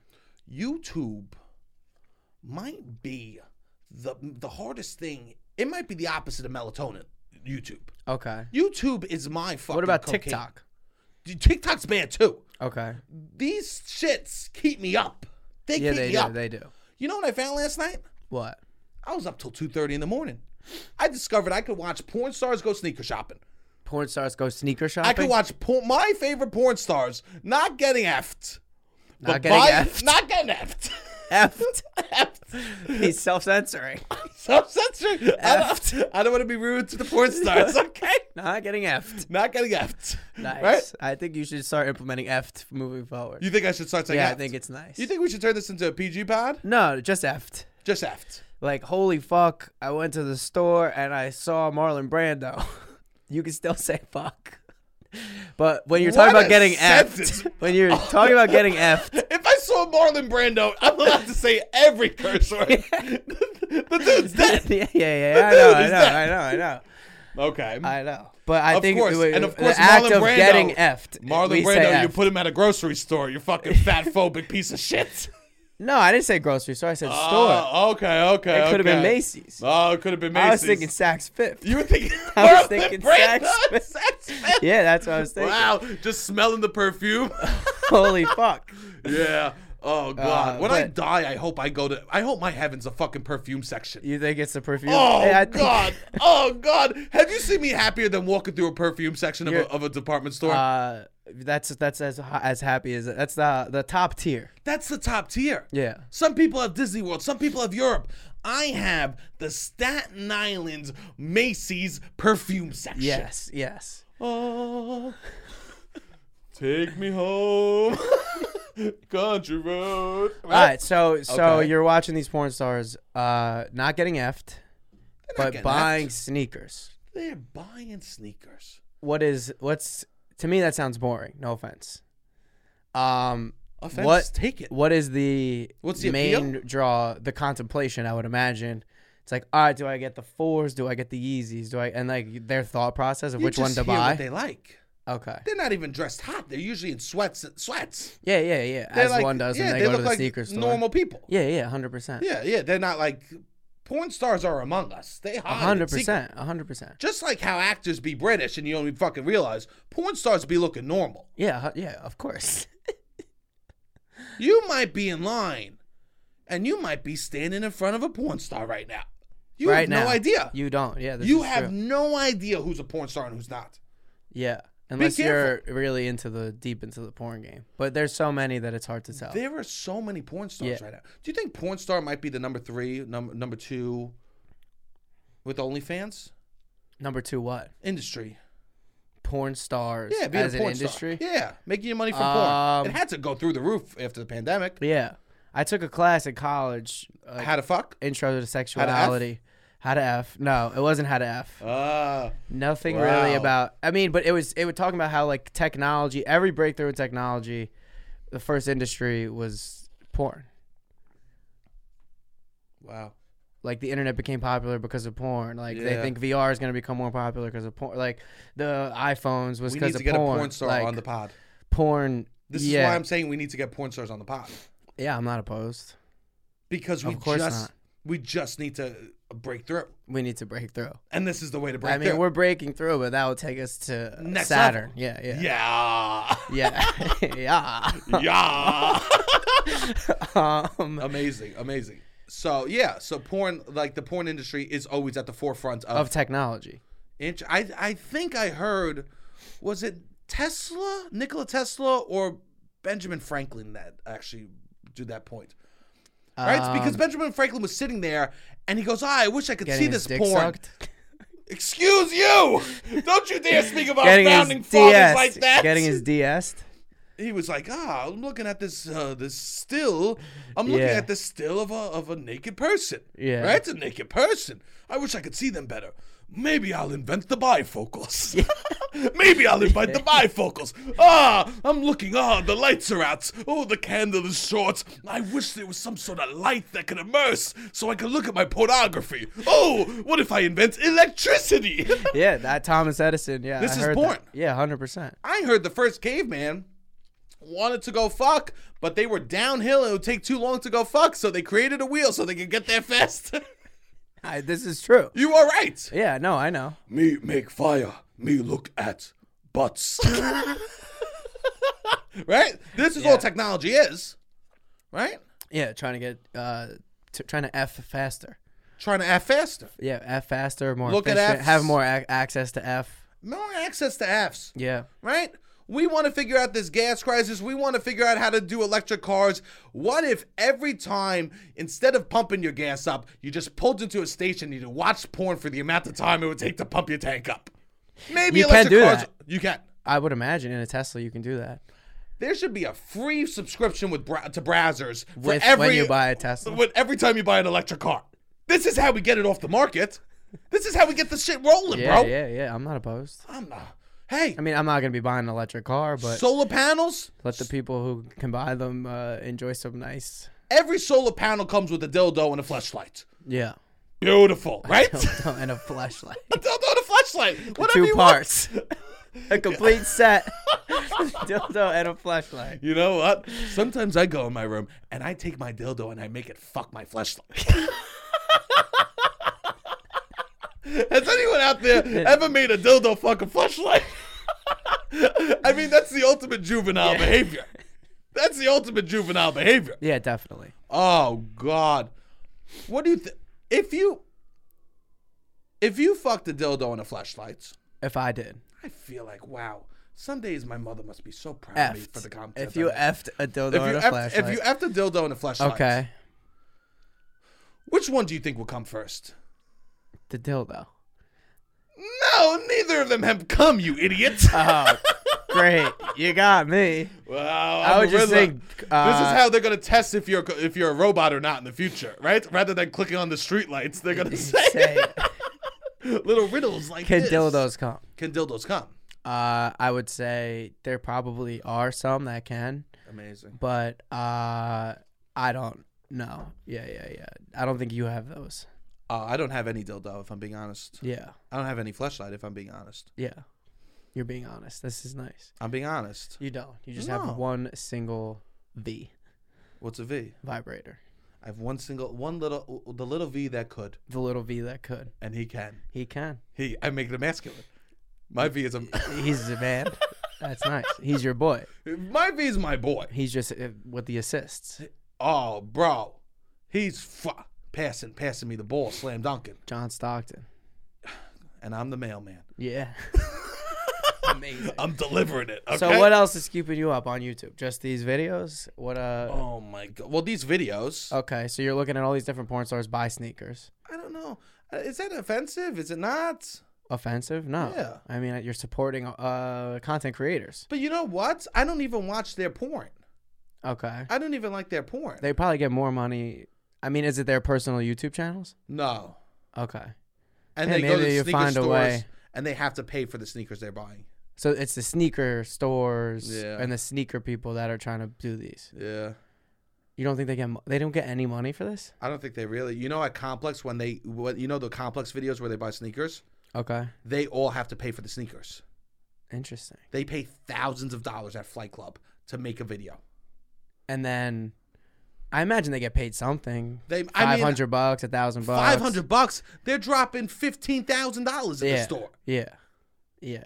S1: YouTube might be the the hardest thing. It might be the opposite of melatonin. YouTube.
S2: Okay.
S1: YouTube is my fucking.
S2: What about
S1: cocaine.
S2: TikTok?
S1: Dude, TikTok's bad too.
S2: Okay.
S1: These shits keep me up. They
S2: Yeah,
S1: keep
S2: they
S1: me
S2: do.
S1: up.
S2: They do.
S1: You know what I found last night?
S2: What?
S1: I was up till 2:30 in the morning. I discovered I could watch porn stars go sneaker shopping.
S2: Porn stars go sneaker shopping.
S1: I could watch por- my favorite porn stars not getting effed.
S2: Not
S1: But
S2: getting
S1: by-
S2: effed.
S1: Not getting effed.
S2: Effed.
S1: effed.
S2: He's self-censoring.
S1: So censored. I don't, I don't want to be rude to the porn stars, okay?
S2: Not getting effed.
S1: Not getting effed.
S2: Nice.
S1: Right?
S2: I think you should start implementing effed moving forward.
S1: You think I should start saying
S2: yeah, I
S1: effed?
S2: think it's nice.
S1: You think we should turn this into a PG pod?
S2: no, just effed.
S1: Just effed.
S2: Like holy fuck! I went to the store and I saw Marlon Brando. you can still say fuck. But when you're talking
S1: What
S2: about
S1: a
S2: getting
S1: sentence.
S2: effed, when you're talking about getting effed,
S1: If I saw Marlon Brando, I'm allowed to say every curse word. the dude's
S2: yeah,
S1: dead.
S2: yeah, yeah, I know,
S1: Dude,
S2: I
S1: is
S2: know,
S1: that-
S2: I know, I know,
S1: Okay.
S2: I know. But I
S1: Of
S2: think
S1: course,
S2: the,
S1: and of course
S2: the act
S1: Marlon
S2: of
S1: Brando-
S2: getting effed,
S1: Marlon
S2: we say
S1: Brando, you
S2: effed.
S1: put him at a grocery store. You fucking fat phobic piece of shit.
S2: no, I didn't say grocery store. I said store.
S1: Oh, okay, okay.
S2: It could have been
S1: okay.
S2: Macy's.
S1: Oh, it could have been Macy's.
S2: I was thinking Saks Fifth.
S1: You were thinking.
S2: I was
S1: Marlon
S2: thinking
S1: Brando,
S2: Saks Fifth.
S1: Saks Fifth.
S2: Yeah, that's what I was thinking.
S1: Wow, just smelling the perfume.
S2: Holy fuck!
S1: yeah. Oh God.
S2: Uh,
S1: when I
S2: but-
S1: die, I hope I go to. I hope my heaven's a fucking perfume section.
S2: You think it's the perfume?
S1: Oh
S2: Yeah, I think-
S1: God! Oh God! Have you seen me happier than walking through a perfume section of a,
S2: You're-
S1: of a department store?
S2: Uh, that's that's as as happy as that's the the top tier.
S1: That's the top tier.
S2: Yeah.
S1: Some people have Disney World. Some people have Europe. I have the Staten Island Macy's perfume section.
S2: Yes. Yes.
S1: Oh, take me home, country road.
S2: All right. So so
S1: Okay.
S2: you're watching these porn stars, uh, not getting effed, but
S1: getting
S2: buying sneakers.
S1: They're buying sneakers.
S2: What is what's to me that sounds boring. No offense. Um,
S1: Offense,
S2: What-
S1: take it.
S2: what is the
S1: What's the
S2: main draw? The contemplation, I would imagine. It's like, all right, do I get the fours? Do I get the Yeezys? Do I and like their thought process of
S1: You
S2: which
S1: just
S2: one to
S1: hear
S2: buy?
S1: What they like.
S2: okay.
S1: They're not even dressed hot. They're usually in sweats. Sweats.
S2: Yeah, yeah, yeah.
S1: They're
S2: As
S1: like-
S2: one does
S1: yeah,
S2: when they,
S1: they
S2: go to
S1: look
S2: the
S1: like
S2: sneaker store.
S1: Normal people.
S2: Yeah, yeah, hundred percent.
S1: Yeah, yeah. They're not like porn stars are among us. They hide. in
S2: hundred
S1: secret.
S2: percent. hundred percent.
S1: Just like how actors be British and you only fucking realize porn stars be looking normal.
S2: Yeah, hu- yeah, of course.
S1: You might be in line and you might be standing in front of a porn star right now. You
S2: right
S1: have
S2: now.
S1: no idea.
S2: You don't. Yeah, this
S1: You
S2: is
S1: have
S2: true.
S1: no idea who's a porn star and who's not.
S2: Yeah. Unless you're really into the deep into the porn game. But there's so many that it's hard to tell.
S1: There are so many porn stars
S2: Yeah.
S1: right now. Do you think porn star might be the number three, num- number two with OnlyFans?
S2: Number two, what?
S1: Industry.
S2: Porn stars
S1: Yeah, being
S2: as
S1: a porn
S2: an industry.
S1: star. Yeah, making your money from
S2: Um,
S1: porn. It had to go through the roof after the pandemic.
S2: Yeah. I took a class in college, uh,
S1: How to fuck?
S2: intro to sexuality. How to F? No, it wasn't how to F.
S1: Uh,
S2: Nothing really
S1: Wow.
S2: about. I mean, but it was it was talking about how like technology, every breakthrough in technology, the first industry was porn.
S1: wow.
S2: like the internet became popular because of porn. Like they
S1: Yeah.
S2: think VR is gonna become more popular because of porn. Like the iPhones was
S1: We need
S2: because of
S1: to get
S2: porn.
S1: a porn star
S2: like,
S1: on the pod.
S2: porn.
S1: This
S2: yeah,
S1: is why I'm saying we need to get porn stars on the pod
S2: yeah, I'm not opposed.
S1: because we
S2: Of course
S1: just
S2: not.
S1: we just need to break through,
S2: We need to break through.
S1: and this is the way to break
S2: I mean,
S1: through.
S2: we're breaking through, but that will take us to
S1: Next
S2: Saturn.
S1: level.
S2: Yeah, yeah,
S1: yeah,
S2: yeah, yeah.
S1: yeah.
S2: um,
S1: amazing, amazing. So yeah, so porn like the porn industry is always at the forefront of.
S2: of technology.
S1: int- I I think I heard, was it Tesla, Nikola Tesla, or Benjamin Franklin that actually did that point. Right, It's because
S2: Um,
S1: Benjamin Franklin was sitting there, and he goes, "Ah, "I wish I could see
S2: getting his
S1: this
S2: dick
S1: porn."
S2: sucked.
S1: Excuse you! Don't you dare speak about
S2: Getting
S1: founding
S2: his
S1: fathers
S2: DS.
S1: like that.
S2: Getting his DS.
S1: he was like, ah, I'm looking at this uh, this still. I'm looking
S2: Yeah.
S1: at the still of a of a naked person.
S2: Yeah.
S1: right, it's a naked person. I wish I could see them better. Maybe I'll invent the bifocals. Maybe I'll invent the bifocals. Ah, I'm looking. Ah, the lights are out. Oh, the candle is short. I wish there was some sort of light that could immerse, so I could look at my pornography. Oh, what if I invent electricity?
S2: Yeah, that Thomas Edison. Yeah,
S1: This
S2: I
S1: is
S2: heard that.
S1: porn.
S2: Yeah, hundred percent.
S1: I heard the first caveman wanted to go fuck, but they were downhill and it would take too long to go fuck, so they created a wheel so they could get there fast.
S2: This is true.
S1: you are right.
S2: Yeah, no, I know.
S1: Me make fire. Me look at butts. right? This is all technology is. Right?
S2: Yeah, trying to get uh, t- trying to f faster.
S1: Trying to F faster.
S2: Yeah, f faster, more
S1: Look at
S2: efficient,
S1: Fs.
S2: have more ac- access to f.
S1: More access to Fs.
S2: Yeah,
S1: right? We want to figure out this gas crisis. We want to figure out how to do electric cars. What if every time, instead of pumping your gas up, you just pulled into a station and you watched porn for the amount of time it would take to pump your tank up? Maybe
S2: You
S1: electric
S2: can do
S1: cars.
S2: that.
S1: You can.
S2: I would imagine in a Tesla you can do that
S1: There should be a free subscription with bra- to Brazzers for
S2: with
S1: every
S2: when you buy a Tesla.
S1: with every time you buy an electric car. This is how we get it off the market. This is how we get the shit rolling,
S2: Yeah,
S1: bro.
S2: yeah, yeah. I'm not opposed.
S1: I'm not. Hey,
S2: I mean, I'm not gonna be buying an electric car, but
S1: solar panels.
S2: let the people who can buy them uh, enjoy some nice.
S1: Every solar panel comes with a dildo and a flashlight.
S2: Yeah,
S1: Beautiful, right?
S2: Dildo and a flashlight.
S1: a dildo and a flashlight. Whatever
S2: Two
S1: you want.
S2: parts, a complete set. dildo and a flashlight.
S1: You know what? Sometimes I go in my room and I take my dildo and I make it fuck my flashlight. Has anyone out there ever made a dildo fuck a flashlight? I mean, that's the ultimate juvenile behavior. That's the ultimate juvenile behavior.
S2: Yeah, definitely.
S1: Oh God, what do you think? If you if you fucked a dildo and a flashlight,
S2: If I did,
S1: I feel like wow. Some days my mother must be so proud of me for the
S2: effed.
S1: content.
S2: If you
S1: I-
S2: effed a dildo
S1: if
S2: and
S1: you
S2: a
S1: effed,
S2: flashlight.
S1: if you effed a dildo and a flashlight,
S2: okay,
S1: Which one do you think will come first?
S2: the dildo.
S1: No, neither of them have come, you idiot.
S2: Oh, great! You got me.
S1: wow,
S2: I
S1: I'm
S2: would
S1: a
S2: just
S1: riddler.
S2: think, uh,
S1: this is how they're gonna test if you're co- if you're a robot or not in the future, right? Rather than clicking on the streetlights, they're gonna say,
S2: Say,
S1: little riddles like
S2: can
S1: this.
S2: dildos come?
S1: Can dildos come?
S2: Uh, I would say there probably are some that can,
S1: Amazing.
S2: but uh, I don't know. Yeah, yeah, yeah. I don't think you have those.
S1: Uh, I don't have any dildo, if I'm being honest.
S2: Yeah,
S1: I don't have any flashlight, if I'm being honest.
S2: yeah. You're being honest. This is nice.
S1: I'm being honest.
S2: You don't. You just
S1: No.
S2: have one single V
S1: What's a V?
S2: vibrator.
S1: I have one single, one little, the little V that could,
S2: The little V that could.
S1: and he can.
S2: He can.
S1: He, I make it masculine. My V is a,
S2: He's a man. That's nice. He's your boy.
S1: my V is my boy.
S2: He's just uh, with the assists.
S1: Oh, bro, he's fu- passing, passing me the ball, slam dunking,
S2: John Stockton.
S1: and I'm the mailman.
S2: Yeah. Amazing.
S1: I'm delivering it. Okay?
S2: So what else is keeping you up on YouTube? Just these videos? What uh
S1: Oh my god. Well, these videos.
S2: Okay, so you're looking at all these different porn stars buy sneakers.
S1: I don't know. Uh, Is that offensive? Is it not?
S2: Offensive? No.
S1: Yeah.
S2: I mean, you're supporting uh content creators.
S1: But you know what? I don't even watch their porn.
S2: Okay.
S1: I don't even like their porn.
S2: They probably get more money. I mean, is it their personal YouTube channels?
S1: no.
S2: Okay.
S1: And
S2: Yeah,
S1: they go to
S2: maybe
S1: the
S2: you
S1: sneaker
S2: find a
S1: stores
S2: way.
S1: and they have to pay for the sneakers they're buying.
S2: So it's the sneaker stores
S1: Yeah.
S2: and the sneaker people that are trying to do these.
S1: Yeah.
S2: You don't think they get mo- they don't get any money for this?
S1: I don't think they really. You know, at Complex when they, what you know, the Complex videos where they buy sneakers,
S2: Okay,
S1: they all have to pay for the sneakers.
S2: interesting.
S1: They pay thousands of dollars at Flight Club to make a video.
S2: And then, I imagine they get paid something.
S1: They, I
S2: Five
S1: mean,
S2: hundred bucks, a thousand bucks.
S1: five hundred bucks. They're dropping fifteen thousand dollars at
S2: yeah.
S1: the store.
S2: Yeah, yeah.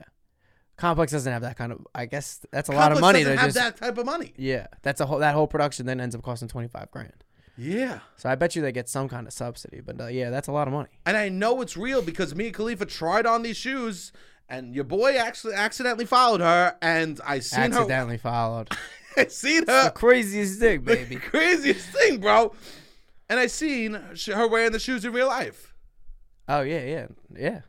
S2: Complex doesn't have that kind of. I guess that's a lot
S1: Complex
S2: of money.
S1: doesn't
S2: to
S1: have
S2: just
S1: that type of money.
S2: yeah. That's a whole that whole production then ends up costing twenty five grand.
S1: Yeah.
S2: So I bet you they get some kind of subsidy. But uh, yeah, that's a lot of money.
S1: And I know it's real because Mia Khalifa tried on these shoes, and your boy actually accidentally followed her, and I seen her,
S2: Accidentally followed.
S1: I seen
S2: the
S1: her,
S2: craziest thing, baby.
S1: craziest thing, bro. And I seen sh- her wearing the shoes in real life.
S2: Oh yeah, yeah, yeah.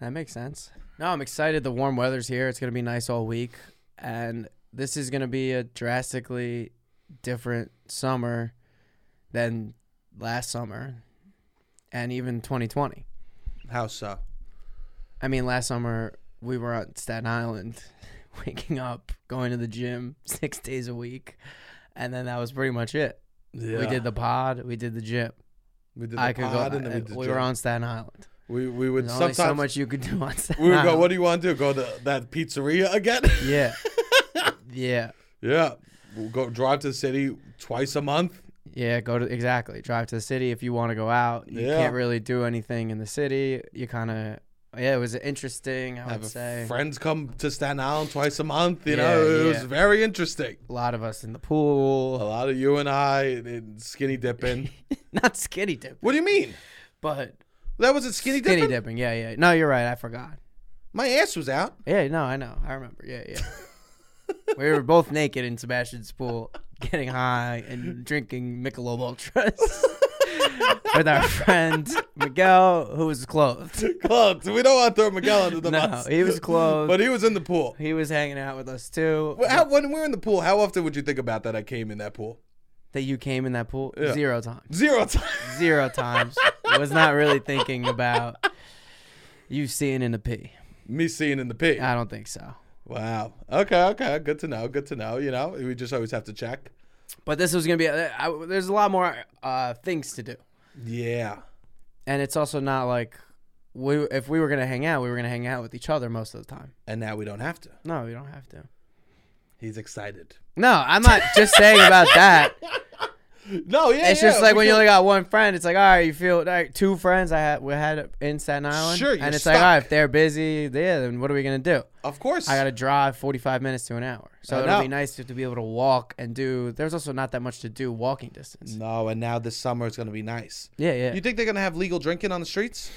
S2: That makes sense. No, I'm excited. The warm weather's here. It's gonna be nice all week, and this is gonna be a drastically different summer than last summer, and even 2020.
S1: How so?
S2: I mean, last summer we were on Staten Island, waking up, going to the gym six days a week, and then that was pretty much it.
S1: Yeah.
S2: We did the pod, we did the gym.
S1: we did
S2: I could
S1: pod
S2: go.
S1: and then
S2: we,
S1: did
S2: were
S1: gym.
S2: on Staten Island.
S1: We we would
S2: There's only
S1: sometimes
S2: so much you could do on Staten
S1: we would go.
S2: Island.
S1: What do you want to do? Go to that pizzeria again?
S2: Yeah. yeah.
S1: yeah. We'll go drive to the city twice a month.
S2: Yeah, go to exactly. Drive to the city if you want to go out. You
S1: Yeah.
S2: can't really do anything in the city. You kind of yeah, it was interesting, I
S1: Have
S2: would
S1: a-
S2: say.
S1: friends come to Staten Island twice a month. You
S2: Yeah,
S1: know, it was
S2: yeah.
S1: very interesting.
S2: a lot of us in the
S1: A
S2: pool.
S1: lot of you and I and skinny dipping.
S2: Not skinny dipping,
S1: what do you mean?
S2: but
S1: That was a skinny,
S2: skinny
S1: dipping.
S2: dipping. Yeah, yeah. No, you're right. I forgot.
S1: My ass was out.
S2: Yeah, no, I know. I remember. Yeah, yeah. we were both naked in Sebastian's pool, getting high and drinking Michelob Ultras with our friend Miguel, who was clothed.
S1: Clothes. We don't want to throw Miguel under the
S2: No,
S1: bus.
S2: he was clothed.
S1: but he was in the pool.
S2: He was hanging out with us too.
S1: Well, How, when we were in the pool, how often would you think about that I came in that pool?
S2: that you came in that pool
S1: Yeah.
S2: zero times.
S1: Zero times.
S2: Zero times. was not really thinking about you seeing in the pee.
S1: Me seeing in the pee.
S2: I don't think so.
S1: Wow. Okay, okay. Good to know. Good to know. You know, we just always have to check.
S2: But this was gonna be. I, I- there's a lot more uh, things to do,
S1: Yeah.
S2: and it's also not like we. If we were gonna hang out, we were gonna hang out with each other most of the time.
S1: And now we don't have to.
S2: No, we don't have to.
S1: He's excited.
S2: No, I'm not just saying about that.
S1: No, yeah.
S2: It's
S1: yeah,
S2: just like
S1: we
S2: when you
S1: go-
S2: only got one friend. It's like, all right, you feel all right, two friends I had we had in Staten Island.
S1: Sure, you're
S2: and it's like, all right,
S1: stuck.
S2: if they're busy, yeah, then what are we gonna do?
S1: Of course.
S2: I gotta drive 45 minutes to an hour. So
S1: I
S2: it'll
S1: know.
S2: be nice to, to be able to walk and do. There's also not that much to do walking distance.
S1: no, and now this summer is going to be nice.
S2: Yeah, yeah.
S1: You think they're going to have legal drinking on the streets?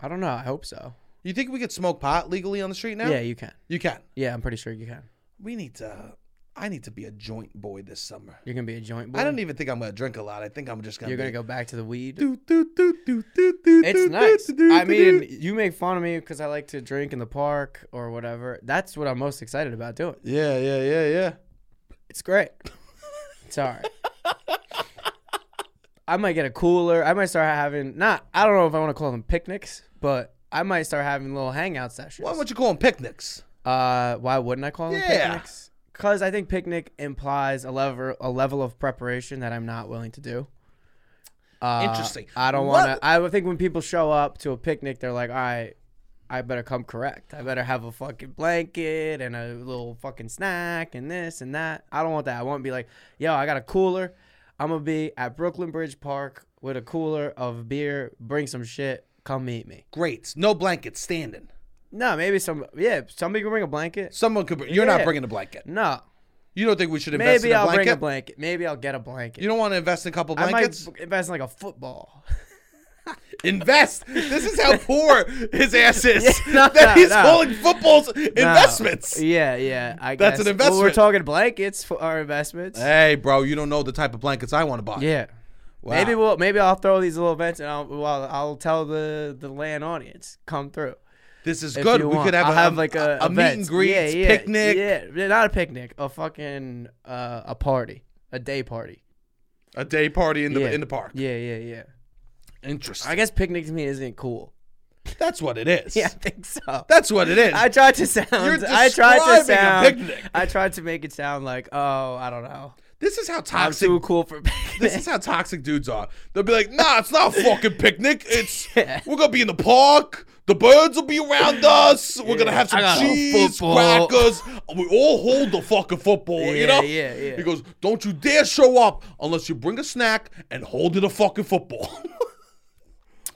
S2: I don't know. I hope so.
S1: You think we could smoke pot legally on the street now?
S2: Yeah, you can.
S1: You can.
S2: Yeah, I'm pretty sure you can.
S1: We need to. I need to be a joint boy this summer.
S2: You're gonna be a joint boy.
S1: I don't even think I'm gonna drink a lot. I think I'm just gonna.
S2: You're gonna
S1: be-
S2: go back to the weed.
S1: Do, do, do, do, do, do,
S2: It's
S1: do,
S2: nice.
S1: do, do,
S2: I
S1: do,
S2: mean,
S1: do.
S2: you make fun of me because I like to drink in the park or whatever. That's what I'm most excited about doing.
S1: Yeah, yeah, yeah, yeah.
S2: It's great. It's all right. I might get a cooler. I might start having not. I don't know if I want to call them picnics, but I might start having little hangout sessions.
S1: What would you call them picnics?
S2: Uh, why wouldn't I call them
S1: Yeah.
S2: picnics? Because I think picnic implies a level a level of preparation that I'm not willing to do. Uh,
S1: Interesting.
S2: I don't
S1: What-
S2: want to. I would think when people show up to a picnic, they're like, "All right, I better come correct. I better have a fucking blanket and a little fucking snack and this and that." I don't want that. I want to be like, "Yo, I got a cooler. I'm gonna be at Brooklyn Bridge Park with a cooler of beer. Bring some shit. Come meet me."
S1: Greats. No blankets. Standing.
S2: No, maybe some. Yeah, somebody can bring a blanket.
S1: Someone could. You're not
S2: Yeah.
S1: bringing a blanket.
S2: No,
S1: You don't think we should invest
S2: Maybe
S1: in a
S2: I'll
S1: blanket?
S2: bring a blanket. Maybe I'll get a blanket.
S1: you don't want to invest in a couple
S2: I might
S1: blankets?
S2: b- invest in like a football.
S1: Invest. This is how poor his ass is.
S2: no,
S1: that
S2: no,
S1: he's
S2: no.
S1: calling football's investments.
S2: No. Yeah, yeah. I
S1: That's
S2: guess.
S1: an
S2: Well, we're
S1: investment.
S2: talking blankets for our investments.
S1: Hey, bro, you don't know the type of blankets I want to buy.
S2: yeah.
S1: Wow.
S2: Maybe we'll maybe I'll throw these little events and I'll well, I'll tell the the land audience come through.
S1: This is
S2: if
S1: good.
S2: you
S1: We
S2: want.
S1: could have,
S2: I'll
S1: a, um,
S2: have like a,
S1: a, meet
S2: events.
S1: and greet
S2: yeah, yeah,
S1: picnic.
S2: Yeah, Yeah, not a picnic, a fucking uh, a party, a day party.
S1: A day party in the
S2: Yeah.
S1: in the park.
S2: Yeah, yeah, yeah.
S1: Interesting.
S2: I guess picnic to me isn't cool.
S1: That's what it is.
S2: Yeah, I think so.
S1: That's what it is.
S2: I tried to sound.
S1: You're
S2: I tried to
S1: describing a
S2: sound.
S1: picnic.
S2: I tried to make it sound like, oh, I don't know.
S1: This is how
S2: I'm
S1: toxic.
S2: too cool for
S1: This is how toxic dudes are. They'll be like, "Nah, it's not a fucking picnic. It's
S2: Yeah.
S1: we're gonna be in the park. The birds will be around us. We're gonna
S2: Yeah,
S1: have
S2: I
S1: some
S2: got a
S1: cheese,
S2: football."
S1: crackers. We all hold the fucking football, you
S2: Yeah,
S1: know."
S2: yeah, yeah.
S1: He goes, "Don't you dare show up unless you bring a snack and hold it a fucking football."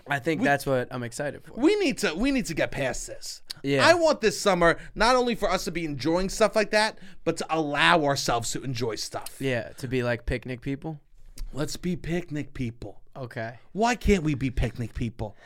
S2: I think that's what I'm excited for.
S1: we need to we need to get past this.
S2: Yeah.
S1: I want this summer not only for us to be enjoying stuff like that, but to allow ourselves to enjoy stuff.
S2: Yeah, to be like picnic people.
S1: Let's be picnic people.
S2: Okay.
S1: Why can't we be picnic people?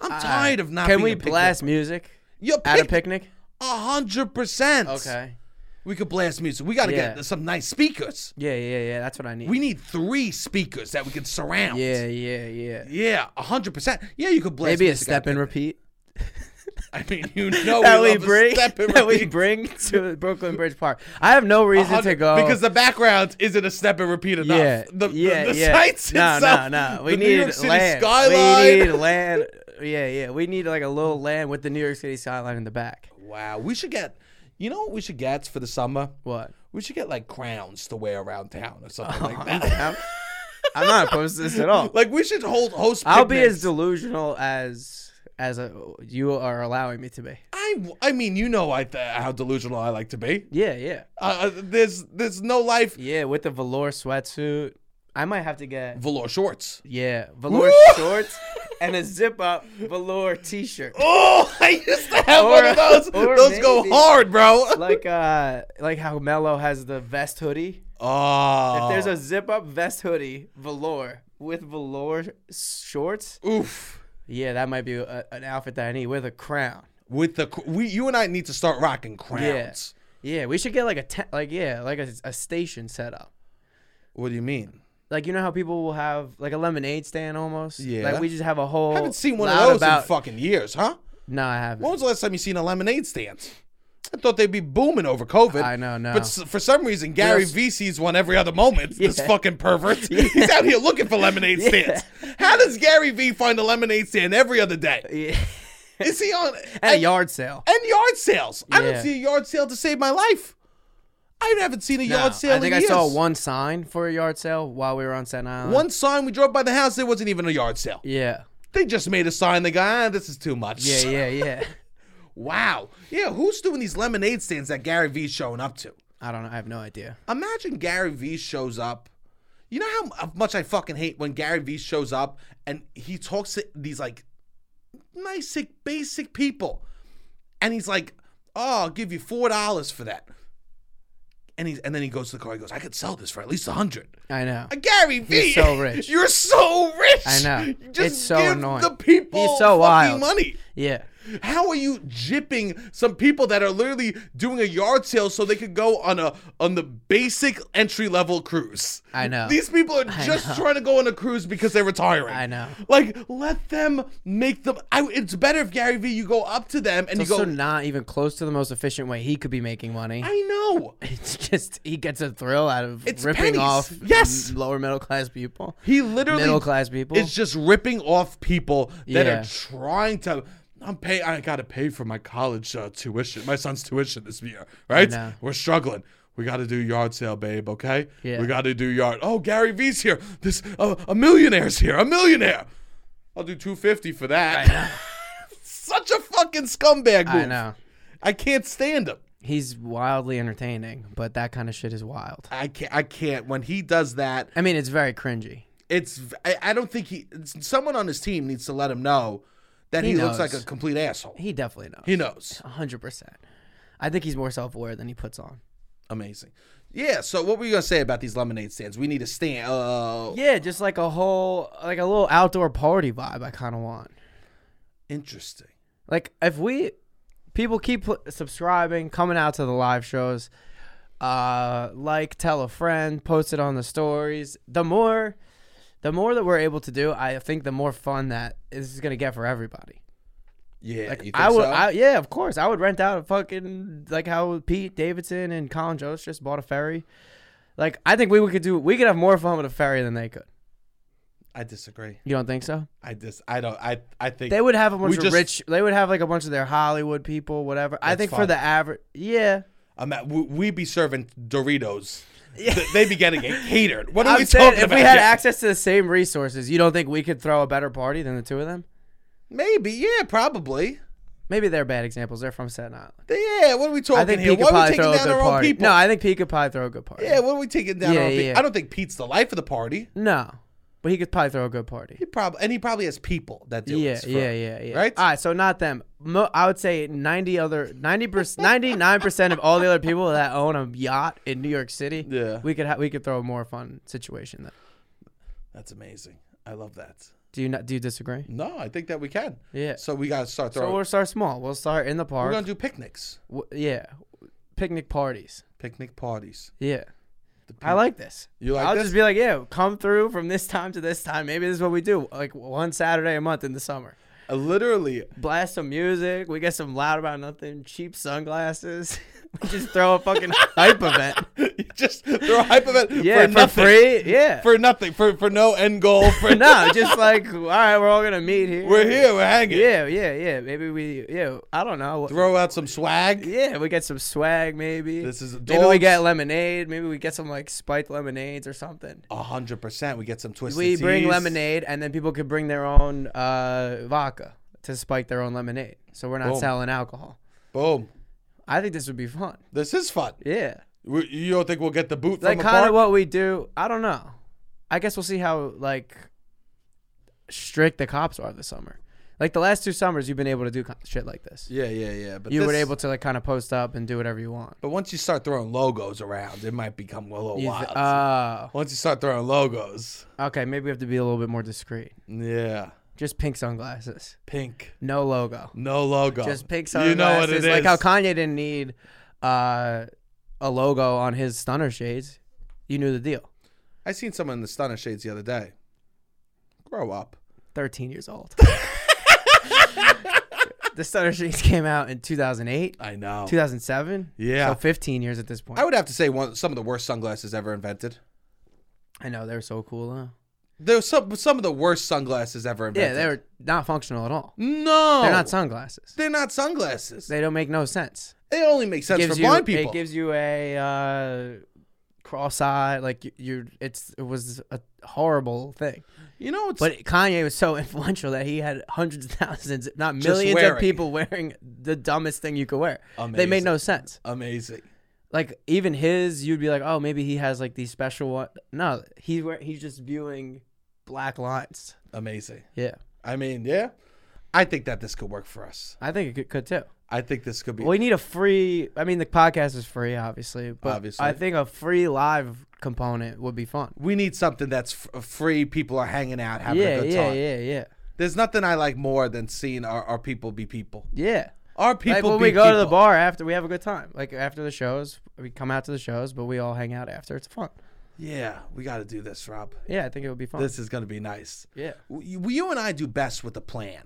S1: I'm tired of not.
S2: Can
S1: being
S2: we
S1: a picnic.
S2: blast music
S1: You're
S2: at a
S1: pic-
S2: picnic?
S1: a hundred percent.
S2: Okay.
S1: We could blast music. We got to
S2: Yeah.
S1: get some nice speakers.
S2: Yeah, yeah, yeah. That's what I need.
S1: We need three speakers that we can surround.
S2: yeah, yeah, yeah.
S1: Yeah, a hundred percent. Yeah, you could blast.
S2: Maybe a
S1: music out
S2: step and repeat
S1: there. I mean, you know,
S2: that
S1: Oh, we,
S2: we
S1: love a
S2: bring
S1: step and
S2: that we
S1: repeat.
S2: bring to Brooklyn Bridge Park. I have no
S1: A
S2: reason
S1: hundred-
S2: to go
S1: because the background isn't a step and repeat enough.
S2: yeah,
S1: the, the-
S2: yeah,
S1: the,
S2: yeah.
S1: sights
S2: no,
S1: itself,
S2: no, no. We
S1: the
S2: need
S1: New York City
S2: land.
S1: skyline.
S2: We need land. Yeah, yeah. We need like a little land with the New York City skyline in the back.
S1: wow, we should get. You know what we should get for the summer?
S2: What?
S1: We should get like crowns to wear around town or something like that.
S2: I'm, I'm not opposed to this at all.
S1: Like we should hold host.
S2: I'll be
S1: picnics.
S2: as delusional as as a, you are allowing me to be.
S1: I, I mean, you know, I th- how delusional I like to be.
S2: Yeah, yeah,
S1: Uh, uh, there's there's no life.
S2: yeah. With the velour sweatsuit, I might have to get
S1: Velour shorts.
S2: yeah velour
S1: Woo!
S2: shorts and a zip up velour t-shirt.
S1: Oh, I used to have
S2: Or-
S1: one of those.
S2: or
S1: Those go
S2: maybe-
S1: hard, bro.
S2: Like uh, like how Mello has the vest hoodie.
S1: oh,
S2: There's a zip up vest hoodie, velour, with velour shorts.
S1: oof
S2: Yeah, that might be a, an outfit that I need with a crown.
S1: with the cr- we. You and I need to start rocking crowns.
S2: Yeah, we should get like a te- like yeah, like a, a station set up.
S1: What do you mean?
S2: Like you know how people will have like a lemonade stand almost.
S1: Yeah.
S2: Like we just have a whole.
S1: I haven't seen one of
S2: lot
S1: those
S2: about-
S1: in fucking years, huh?
S2: No, I haven't.
S1: When was the last time you seen a lemonade stand? I thought they'd be booming over COVID.
S2: I know, no.
S1: But s- for some reason, Gary
S2: Yes.
S1: Vee sees one every other moment. This
S2: Yeah.
S1: fucking pervert. He's out here looking for lemonade stands. How does Gary Vee find a lemonade stand every other day?
S2: Yeah.
S1: Is he on
S2: At a
S1: and,
S2: yard sale.
S1: and yard sales? I
S2: Yeah.
S1: don't see a yard sale to save my life. I haven't seen a
S2: No,
S1: yard sale.
S2: I think
S1: in
S2: I saw
S1: years.
S2: one sign for a yard sale while we were on Staten Island.
S1: One sign we drove by the house. There wasn't even a yard sale.
S2: Yeah.
S1: They just made a sign. They go, ah, this is too much.
S2: Yeah. Yeah. Yeah.
S1: Wow. Yeah. Who's doing these lemonade stands that Gary Vee's showing up to?
S2: I don't know. I have no idea.
S1: Imagine Gary Vee shows up. You know how m- much I fucking hate when Gary Vee shows up and he talks to these like nice, basic people. And he's like, oh, I'll give you $4 for that. And, he's, and then he goes to the car. He goes, I could sell this for at least a hundred.
S2: I know.
S1: Gary Vee,
S2: so rich.
S1: You're so rich.
S2: I know.
S1: Just
S2: It's so
S1: give
S2: annoying.
S1: the people
S2: He's so
S1: fucking
S2: wild.
S1: money.
S2: Yeah.
S1: How are you jipping some people that are literally doing a yard sale so they could go on a on the basic entry level cruise?
S2: I know.
S1: These people are just trying to go on a cruise because they're retiring.
S2: I know.
S1: Like, let them make them. I, it's better if Gary Vee, you go up to them and you
S2: Also,
S1: go.
S2: not even close to the most efficient way he could be making money.
S1: I know.
S2: It's just he gets a thrill out of
S1: It's
S2: ripping
S1: pennies.
S2: off
S1: Yes.
S2: m- lower middle class people,
S1: He literally
S2: middle class people.
S1: is just ripping off people that
S2: Yeah.
S1: are trying to. I'm pay. I gotta pay for my college uh, tuition, my son's tuition this year. Right?
S2: know.
S1: We're struggling. We gotta do yard sale, babe. Okay.
S2: Yeah.
S1: We gotta do yard. Oh, Gary V's here. This uh, a millionaire's here. A millionaire. I'll do two fifty for that. Such a fucking scumbag.
S2: I
S1: Move.
S2: know
S1: I can't stand him.
S2: he's wildly entertaining, but that kind of shit is wild.
S1: I can't. I can't. When he does that,
S2: I mean, it's very cringy.
S1: it's I, I don't think he someone on his team needs to let him know that he,
S2: He
S1: looks
S2: knows.
S1: like a complete asshole.
S2: He definitely knows.
S1: He knows.
S2: hundred percent. I think he's more self aware than he puts on.
S1: Amazing. Yeah, so what were you going to say about these lemonade stands? We need a stand. Uh,
S2: Yeah, just like a whole like a little outdoor party vibe. I kind of want.
S1: Interesting.
S2: Like if we people keep pl- subscribing, coming out to the live shows, uh like tell a friend, post it on the stories. The more the more that we're able to do, I think the more fun that this is going to get for everybody.
S1: Yeah, you think
S2: I would
S1: so?
S2: I, yeah, of course. I would rent out a fucking like how Pete Davidson and Colin Jost just bought a ferry. Like I think we could do we could have more fun with a ferry than they could.
S1: I disagree.
S2: You don't think so?
S1: I dis I don't I I think
S2: They would have a bunch
S1: We
S2: of
S1: just-
S2: rich. They would have like a bunch of their Hollywood people, whatever. I
S1: That's
S2: think for
S1: fine.
S2: the average, yeah,
S1: I'm at, we, we be serving Doritos. Th- They be getting it catered. What are
S2: I'm
S1: we
S2: saying,
S1: talking
S2: if
S1: about?
S2: we had
S1: here?
S2: access to the same resources, you don't think we could throw a better party than the two of them?
S1: Maybe, yeah, probably.
S2: Maybe they're bad examples. They're from Staten Island.
S1: Yeah, what are we talking
S2: I think
S1: here?
S2: Pete
S1: Why
S2: could
S1: are we
S2: probably
S1: taking
S2: throw a
S1: down
S2: good
S1: our own
S2: party.
S1: people?
S2: No, I think Pete could probably throw a good party.
S1: yeah, what are we taking down
S2: Yeah,
S1: our own
S2: yeah,
S1: people?
S2: yeah.
S1: I don't think Pete's the life of the party.
S2: No, but he could probably throw a good party.
S1: He probably and he probably has people that do
S2: Yeah,
S1: this. for
S2: yeah,
S1: him.
S2: yeah, yeah.
S1: Right?
S2: All right, so not them. Mo- I would say 90 other 90 99% of all the other people that own a yacht in New York City.
S1: Yeah.
S2: We could ha- we could throw a more fun situation then.
S1: That's amazing. I love that.
S2: Do you not do you disagree?
S1: No, I think that we can.
S2: Yeah.
S1: So we gotta start
S2: So
S1: throwing.
S2: we'll start small. We'll start in the
S1: we're
S2: park.
S1: gonna do picnics,
S2: W- yeah. Picnic parties.
S1: picnic parties.
S2: Yeah.
S1: The
S2: I like this.
S1: You like
S2: I'll
S1: this?
S2: just be like, yeah, come through from this time to this time. Maybe this is what we do, like one Saturday a month in the summer.
S1: Uh, literally.
S2: Blast some music. We get some loud about nothing, cheap sunglasses. we just throw a fucking hype event.
S1: you just throw a hype event
S2: Yeah,
S1: for,
S2: for,
S1: nothing.
S2: free. Yeah.
S1: For nothing. For for no end goal. For
S2: no, just like, all right, we're all gonna meet here.
S1: We're here. We're hanging.
S2: Yeah, yeah, yeah. Maybe we, yeah, I don't know.
S1: Throw out some swag.
S2: Yeah, we get some swag. Maybe
S1: This is
S2: maybe we
S1: dogs.
S2: get lemonade. Maybe we get some like spiked lemonades or something.
S1: A hundred percent. We get some twisted.
S2: We bring
S1: teas.
S2: lemonade, and then people could bring their own uh, vodka to spike their own lemonade. So we're not
S1: Boom.
S2: selling alcohol.
S1: Boom.
S2: I think this would be fun.
S1: This is fun.
S2: Yeah,
S1: We, you don't think we'll get the boot
S2: like
S1: from
S2: kind
S1: a
S2: of
S1: bar?
S2: what we do. I don't know. I guess we'll see how like strict the cops are this summer. Like the last two summers, you've been able to do co- shit like this.
S1: Yeah, yeah, yeah. But
S2: you were
S1: this-
S2: able to like kind of post up and do whatever you want.
S1: But once you start throwing logos around, it might become a little
S2: You
S1: wild.
S2: th- oh,
S1: once you start throwing logos,
S2: okay. Maybe we have to be a little bit more discreet.
S1: yeah,
S2: Just pink sunglasses,
S1: pink,
S2: no logo.
S1: no logo,
S2: Just pink
S1: Um, You
S2: sunglasses.
S1: know what it is?
S2: Like how Kanye didn't need uh, a logo on his stunner shades. You knew the deal.
S1: I seen someone in the stunner shades the other day. Grow up.
S2: Thirteen years old. the stunner shades came out in 2008,
S1: I know.
S2: 2007.
S1: Yeah.
S2: so 15 years at this point.
S1: I would have to say one some of the worst sunglasses ever invented.
S2: I know they were so cool. Huh?
S1: There were some some of the worst sunglasses ever
S2: Yeah,
S1: invented.
S2: they were not functional at all.
S1: No,
S2: They're not sunglasses.
S1: They're not sunglasses.
S2: They don't make no sense.
S1: It only makes sense for
S2: gives you,
S1: blind people.
S2: It gives you a uh, cross-eyed, like you, you. It's it was a horrible thing.
S1: you know, it's
S2: But Kanye was so influential that he had hundreds of thousands, if not millions,
S1: wear
S2: of
S1: it.
S2: people wearing the dumbest thing you could wear. They made no sense.
S1: amazing.
S2: Like even his, you'd be like, oh, maybe he has like these special one. No, he wear- he's just viewing black lines.
S1: Amazing.
S2: Yeah,
S1: I mean, yeah. I think that this could work for us.
S2: I think it could, could too.
S1: I think this could be
S2: We need a free. I mean, the podcast is free, obviously, but
S1: Obviously.
S2: I think a free live component would be fun.
S1: we need something that's f- free. People are hanging out, having
S2: Yeah,
S1: a good
S2: yeah,
S1: time.
S2: yeah, yeah,
S1: There's nothing I like more than seeing our, our people be people.
S2: yeah.
S1: Our people
S2: like when
S1: be
S2: we go to the
S1: people.
S2: bar after, we have a good time. Like after the shows, we come out to the shows, but we all hang out after. It's fun.
S1: Yeah, we got to do this, Rob.
S2: Yeah, I think it would be fun.
S1: This is gonna be nice.
S2: yeah.
S1: W- You, you and I do best with the plan,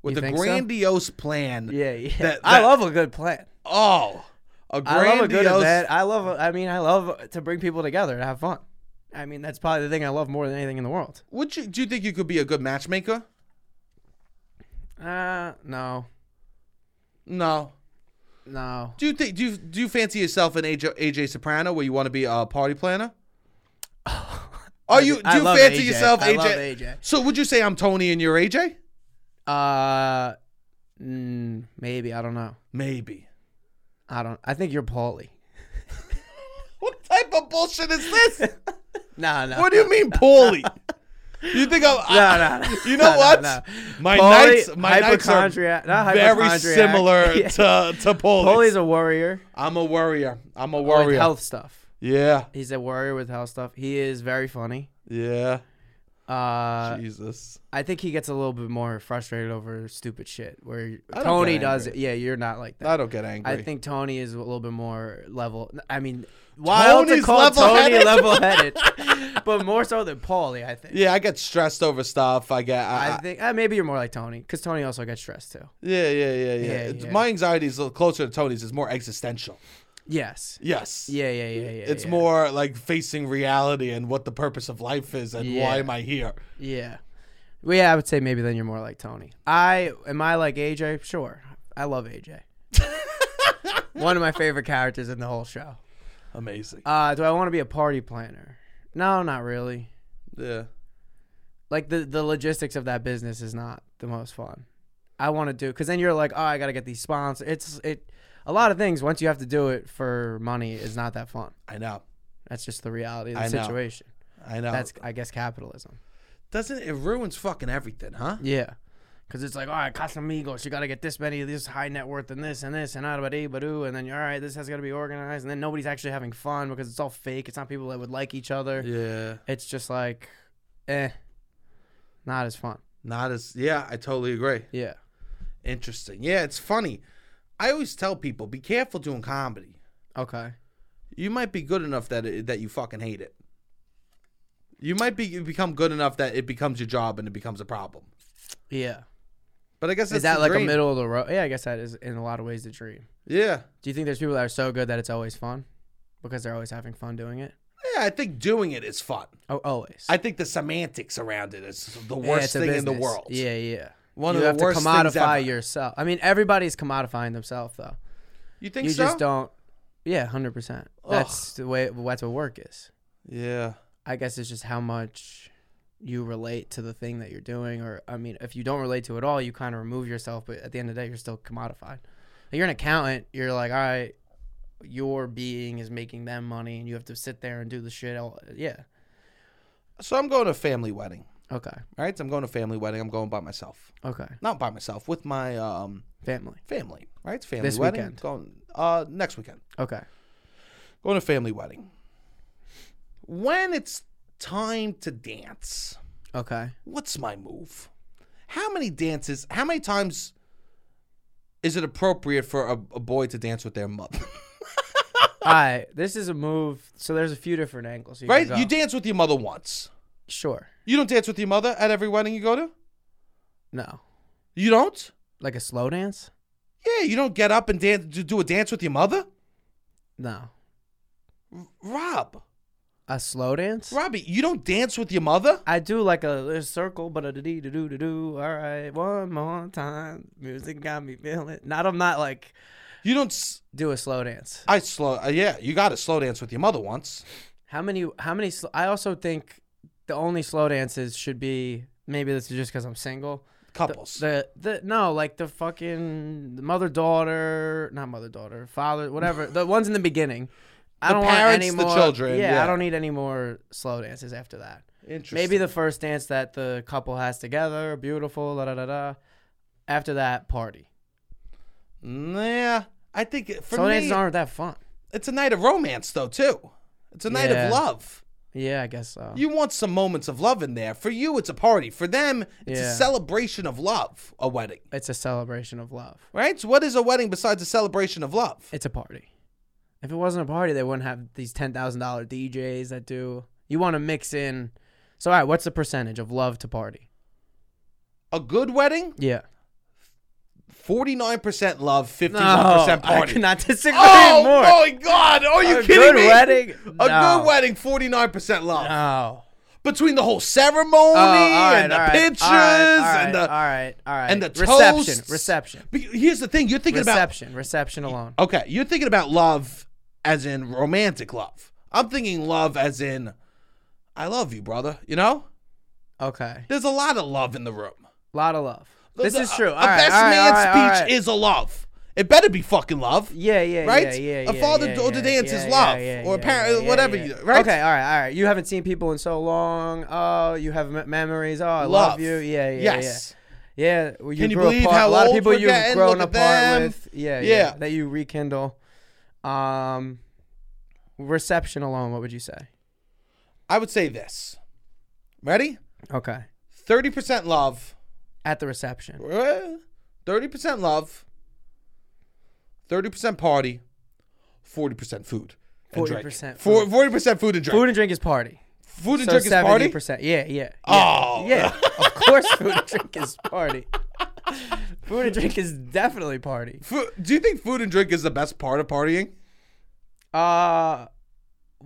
S1: with
S2: You
S1: the
S2: think so?
S1: grandiose plan.
S2: Yeah, yeah.
S1: That-
S2: I
S1: that-
S2: love a good plan.
S1: Oh, a
S2: I
S1: grandiose.
S2: love a good event. I love. I mean, I love to bring people together to have fun. I mean, that's probably the thing I love more than anything in the world.
S1: Would you? Do you think you could be a good matchmaker?
S2: Uh, no,
S1: No.
S2: no.
S1: Do you think? Do you do you fancy yourself an AJ, AJ Soprano, where you want to be a party planner? Are you? Do
S2: I
S1: you
S2: love
S1: fancy
S2: AJ.
S1: yourself,
S2: I
S1: AJ?
S2: love AJ.
S1: So would you say I'm Tony and you're AJ?
S2: Uh, mm, maybe I don't know.
S1: Maybe.
S2: I don't. I think you're Paulie.
S1: What type of bullshit is this?
S2: No, no.
S1: what do you mean, Paulie? You think I'm?
S2: No, no, no.
S1: You know
S2: No, no,
S1: what?
S2: no.
S1: My
S2: Paulie,
S1: nights, my nights are
S2: hypochondriac- not
S1: very
S2: hypochondriac.
S1: similar
S2: Yeah.
S1: to to Paulie's.
S2: Paulie's a warrior
S1: I'm a warrior. I'm a
S2: with
S1: warrior.
S2: health stuff.
S1: Yeah,
S2: He's a warrior with health stuff. He is very funny.
S1: yeah.
S2: Uh,
S1: Jesus.
S2: I think he gets a little bit more frustrated over stupid shit. Where
S1: don't
S2: Tony
S1: get
S2: does it.
S1: angry.
S2: Yeah, you're not like that.
S1: I don't get angry.
S2: I think Tony is a little bit more level. I mean, wild to
S1: Tony's
S2: call Tony
S1: level-headed.
S2: level-headed, but more so than Paulie. I think.
S1: Yeah, I get stressed over stuff. I get. I,
S2: I think uh, maybe you're more like Tony because Tony also gets stressed too.
S1: yeah, yeah, yeah, yeah.
S2: Yeah,
S1: It's-
S2: yeah.
S1: My anxiety is a little closer to Tony's. It's more existential.
S2: Yes.
S1: Yes.
S2: Yeah, yeah, yeah, yeah.
S1: It's
S2: yeah.
S1: more like facing reality and what the purpose of life is and why
S2: Yeah.
S1: am I here.
S2: Yeah. Well, yeah, I would say maybe then you're more like Tony. I am I like AJ? Sure. I love AJ. One of my favorite characters in the whole show.
S1: Amazing.
S2: Uh, do I want to be a party planner? No, not really. Uh,
S1: Yeah.
S2: Like the the logistics of that business is not the most fun. I want to do because then you're like, oh, I gotta get these sponsors. It's it a lot of things. Once you have to do it for money, is not that fun.
S1: I know.
S2: That's just the reality of the
S1: I know.
S2: situation.
S1: I know.
S2: That's I guess capitalism.
S1: Doesn't it ruins fucking everything, huh?
S2: Yeah. Cause it's like, all right, Casamigos, you gotta get this many, this high net worth, and this and this, and da ba doo, and then all right, this has gotta be organized, and then nobody's actually having fun because it's all fake. It's not people that would like each other.
S1: Yeah.
S2: It's just like, eh, not as fun.
S1: Not as yeah, I totally agree.
S2: Yeah,
S1: Interesting. Yeah, it's funny. I always tell people, be careful doing comedy.
S2: okay,
S1: You might be good enough that it, that you fucking hate it. You might be you become good enough that it becomes your job and it becomes a problem.
S2: yeah.
S1: But I guess that's
S2: Is that
S1: the
S2: like
S1: dream.
S2: a middle of the road? Yeah, I guess that is in a lot of ways the dream.
S1: Yeah.
S2: Do you think there's people that are so good that it's always fun because they're always having fun doing it?
S1: Yeah, I think doing it is fun.
S2: Oh, always.
S1: I think the semantics around it is the
S2: Yeah,
S1: worst
S2: it's a
S1: thing in the
S2: business.
S1: world.
S2: Yeah, yeah.
S1: One
S2: you
S1: of
S2: have
S1: the worst
S2: to
S1: things ever.
S2: commodify yourself. I mean, everybody's commodifying themselves though.
S1: You think
S2: you
S1: so?
S2: just don't. Yeah, hundred percent. That's the way. That's what work is.
S1: Yeah.
S2: I guess it's just how much you relate to the thing that you're doing, or I mean, if you don't relate to it at all, you kind of remove yourself. But at the end of the day, you're still commodified. Like, you're an accountant. You're like, all right, your being is making them money, and you have to sit there and do the shit. All, yeah.
S1: So I'm going to a family wedding.
S2: Okay.
S1: All right, so I'm going to a family wedding. I'm going by myself.
S2: Okay.
S1: Not by myself, with my um
S2: Family.
S1: family. Right? It's a family
S2: This
S1: wedding.
S2: weekend.
S1: Going uh next weekend.
S2: Okay.
S1: Going to a family wedding. When it's time to dance,
S2: Okay.
S1: what's my move? How many dances how many times is it appropriate for a, a boy to dance with their mother?
S2: All right. This is a move. So there's a few different angles. You can
S1: right?
S2: go.
S1: You dance with your mother once.
S2: sure.
S1: You don't dance with your mother at every wedding you go to?
S2: No.
S1: You don't?
S2: Like a slow dance?
S1: Yeah, you don't get up and dance do- do a dance with your mother?
S2: No.
S1: Rob.
S2: A slow dance?
S1: Robbie, you don't dance with your mother?
S2: I do like a, a circle, but a dee doo doo doo. All right, one more time. Music got me feeling. Not, I'm not like
S1: You don't. S-
S2: do a slow dance.
S1: I slow. Uh, yeah, you got to slow dance with your mother once.
S2: How many? How many? Sl- I also think the only slow dances should be maybe this is just because I'm single.
S1: Couples.
S2: The the no, like the fucking mother daughter, not mother daughter, father, whatever. the ones in the beginning. I
S1: The
S2: don't want
S1: parents,
S2: any
S1: the
S2: more.
S1: children,
S2: yeah,
S1: yeah.
S2: I don't need any more slow dances after that.
S1: Interesting.
S2: Maybe the first dance that the couple has together, beautiful, da da da da. After that, party.
S1: Nah, I think it- for
S2: Slow
S1: me,
S2: dances aren't that fun.
S1: it's a night of romance though too. It's a night
S2: Yeah.
S1: of love.
S2: Yeah, I guess so.
S1: You want some moments of love in there. For you, it's a party. For them, it's
S2: Yeah.
S1: a celebration of love. A wedding,
S2: it's a celebration of love.
S1: right? So what is a wedding besides a celebration of love?
S2: It's a party. If it wasn't a party, they wouldn't have these ten thousand dollar DJs that do. You want to mix in. So, all right, what's the percentage of love to party?
S1: A good wedding,
S2: Yeah,
S1: forty nine percent love, fifty
S2: no,
S1: one percent
S2: I
S1: party.
S2: cannot disagree
S1: Oh
S2: more.
S1: my God! Are you
S2: a
S1: kidding
S2: good
S1: me?
S2: wedding.
S1: A
S2: no.
S1: good wedding, forty nine percent love.
S2: No.
S1: between the whole ceremony
S2: Oh, all right,
S1: and the
S2: all right, all right,
S1: pictures and
S2: all
S1: the.
S2: right, all right,
S1: and the
S2: reception,
S1: toasts.
S2: reception,
S1: But here's the thing: you're thinking
S2: reception, reception alone.
S1: about okay, you're thinking about love as in romantic love. I'm thinking love as in I love you, brother. You know,
S2: Okay,
S1: there's a lot of love in the room.
S2: lot of love. This
S1: The-
S2: is true.
S1: A,
S2: All right,
S1: best
S2: all right,
S1: man
S2: all right, all
S1: speech
S2: right.
S1: is a love. It better be fucking love.
S2: Yeah, yeah,
S1: Right?
S2: Yeah, yeah,
S1: A
S2: yeah,
S1: father
S2: yeah,
S1: daughter
S2: yeah,
S1: dance
S2: yeah,
S1: is
S2: yeah,
S1: love,
S2: yeah,
S1: or
S2: yeah,
S1: parent-
S2: yeah,
S1: whatever
S2: yeah.
S1: you- right?
S2: Okay, all right, all right. You haven't seen people in so long. Oh, you have me- memories. Oh, I love, you. Yeah, yeah,
S1: yes.
S2: yeah. Yeah, well, you
S1: Can you
S2: grew
S1: believe
S2: apart.
S1: how
S2: a lot
S1: old
S2: of people
S1: we're
S2: you've
S1: getting?
S2: grown
S1: Look at
S2: apart
S1: them.
S2: with. Yeah, yeah,
S1: Yeah.
S2: That you rekindle. Um, reception alone. What would you say?
S1: I would say this. Ready?
S2: Okay,
S1: Thirty percent love.
S2: at the reception.
S1: Eh, Thirty percent love, thirty percent party, forty percent food.
S2: 40%
S1: Forty percent food and drink.
S2: Food
S1: Food,
S2: and drink is party.
S1: and
S2: So
S1: drink is
S2: seventy
S1: party.
S2: percent. Yeah, yeah.
S1: Oh.
S2: yeah. yeah. Of course, food and drink is party. food and drink is definitely party.
S1: Fu- Do you think food and drink is the best part of partying?
S2: Uh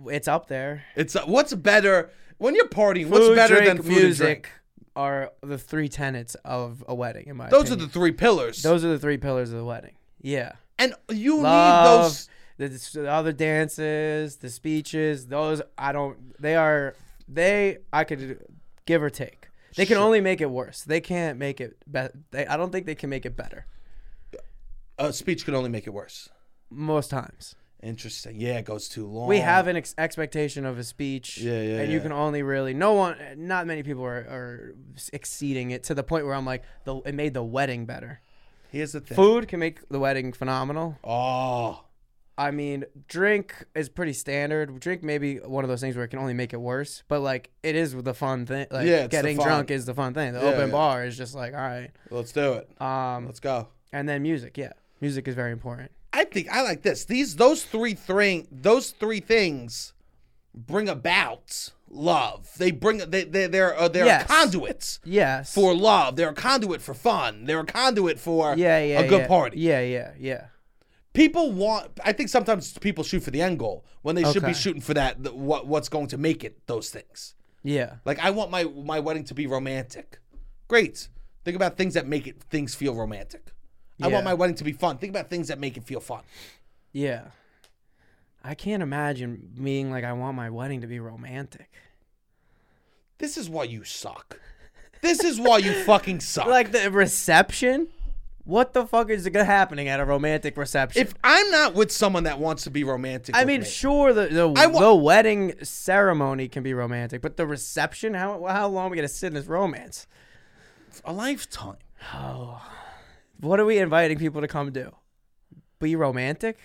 S2: it's up there.
S1: It's uh, what's better when you're partying. what's
S2: Food,
S1: better
S2: drink,
S1: than food and drink?
S2: are the three tenets of a wedding. In my
S1: Those are the
S2: opinion.
S1: three pillars.
S2: those are the three pillars of the wedding. Yeah,
S1: And you need
S2: Love,
S1: those.
S2: the, the other dances, the speeches, those I don't. They are they I could give or take. They can only make it worse. They can't make it better. They I don't think they can make it better
S1: A uh, speech can only make it worse.
S2: most times.
S1: Interesting. Yeah, it goes too long.
S2: We have an ex- expectation of a speech,
S1: Oh. Yeah, yeah,
S2: and you
S1: yeah.
S2: can only really no one, not many people are, are exceeding it to the point where I'm like, the, it made the wedding better.
S1: Here's the thing.
S2: Food can make the wedding phenomenal.
S1: Oh,
S2: I mean, drink is pretty standard. Drink maybe one of those things where it can only make it worse, but like it is the fun thing. Like
S1: Yeah, it's the
S2: getting
S1: fun.
S2: drunk is the fun thing. The
S1: Yeah,
S2: open
S1: yeah.
S2: bar is just like all right.
S1: let's do it.
S2: Um,
S1: Let's go.
S2: and then music, yeah, music is very important.
S1: I think I like this. These those three thing those three things bring about love. They bring they they they're uh, they're
S2: Yes.
S1: conduits
S2: Yes.
S1: for love. They're a conduit for fun. They're a conduit for
S2: yeah, yeah,
S1: a good
S2: yeah.
S1: party.
S2: Yeah, yeah, yeah.
S1: People want. I think sometimes people shoot for the end goal when they should be
S2: Okay.
S1: shooting for that. th- What what's going to make it those things.
S2: Yeah.
S1: Like I want my my wedding to be romantic. Great. Think about things that make it things feel romantic. I
S2: Yeah.
S1: want my wedding to be fun. Think about things that make it feel fun.
S2: Yeah. I can't imagine being like I want my wedding to be romantic.
S1: This is why you suck. This is why you fucking suck.
S2: Like the reception? What the fuck is gonna happening at a romantic reception?
S1: if I'm not with someone that wants to be romantic,
S2: I
S1: with
S2: mean,
S1: me,
S2: sure, the the,
S1: wa-
S2: the wedding ceremony can be romantic, but the reception, how how long we gonna sit in this romance?
S1: a lifetime.
S2: Oh, what are we inviting people to come do? Be romantic?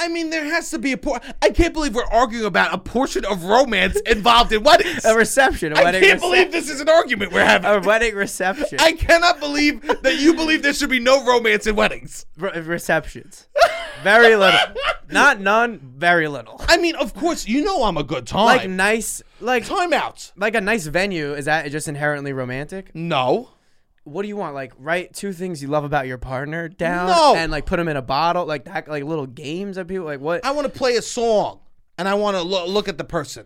S1: I mean, there has to be a por I can't believe we're arguing about a portion of romance involved in weddings.
S2: A reception? A
S1: I
S2: wedding?
S1: can't
S2: recep-
S1: believe this is an argument we're having.
S2: a wedding reception?
S1: I cannot believe that you believe there should be no romance in weddings.
S2: Re- receptions? Very little. Not none. Very little.
S1: I mean, of course, you know I'm a good
S2: Like
S1: time.
S2: nice, like
S1: Time out.
S2: like a nice venue. Is that just inherently romantic?
S1: No.
S2: What do you want? Like write two things you love about your partner down,
S1: No.
S2: and like put them in a bottle, like that, like little games that people like. What?
S1: I want to play a song and I want to lo- look at the person.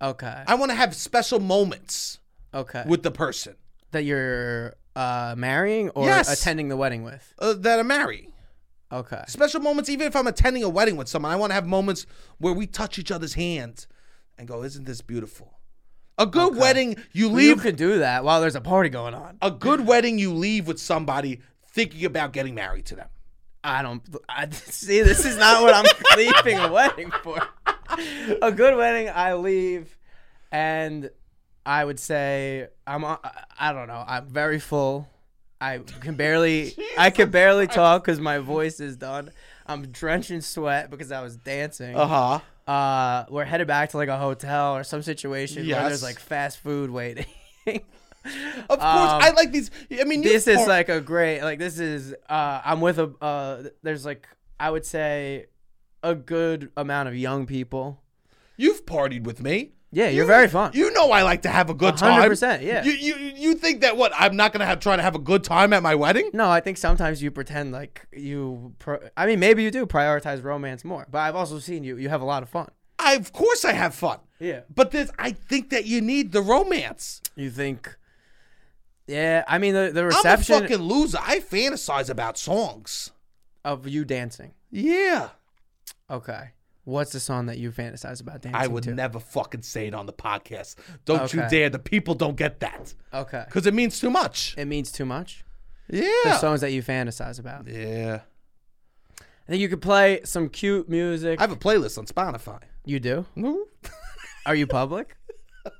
S2: Okay.
S1: I want to have special moments
S2: Okay.
S1: with the person
S2: that you're uh, marrying or
S1: Yes.
S2: attending the wedding with.
S1: uh, that I'm marrying.
S2: Okay.
S1: Special moments, even if I'm attending a wedding with someone, I want to have moments where we touch each other's hand and go, "Isn't this beautiful?" A good wedding, you
S2: You
S1: leave.
S2: could do that while there's a party going on.
S1: a good wedding, you leave with somebody thinking about getting married to them.
S2: I don't I, see. This is not what I'm leaving a wedding for. A good wedding, I leave, and I would say I'm. I I don't know. I'm very full. I can barely. I can barely talk because my voice is done. I'm drenched in sweat because I was dancing.
S1: huh.
S2: uh, we're headed back to like a hotel or some situation where
S1: Yes.
S2: there's like fast food waiting.
S1: Of course,
S2: Um,
S1: I like these. I mean, you
S2: this is
S1: are-
S2: like a great like this is uh I'm with a uh there's like I would say a good amount of young people.
S1: you've partied with me.
S2: Yeah, you're very fun.
S1: You know I like to have a good time.
S2: 100%, yeah.
S1: You you you think that what I'm not gonna have try to have a good time at my wedding?
S2: no, I think sometimes you pretend like you pro- I mean maybe you do prioritize romance more, but I've also seen you you have a lot of fun.
S1: I of course I have fun.
S2: Yeah.
S1: But this I think that you need the romance.
S2: You think Yeah, I mean the, the
S1: I'm
S2: reception
S1: a fucking loser. I fantasize about songs.
S2: of you dancing.
S1: Yeah.
S2: Okay. What's the song that you fantasize about dancing
S1: I would
S2: to?
S1: never fucking say it on the podcast. Don't you
S2: Okay.
S1: dare. The people don't get that
S2: okay.
S1: because it means too much.
S2: It means too much. The
S1: Yeah.
S2: songs that you fantasize about.
S1: yeah.
S2: I think you could play some cute music.
S1: I have a playlist on Spotify.
S2: you do?
S1: No.
S2: Are you public?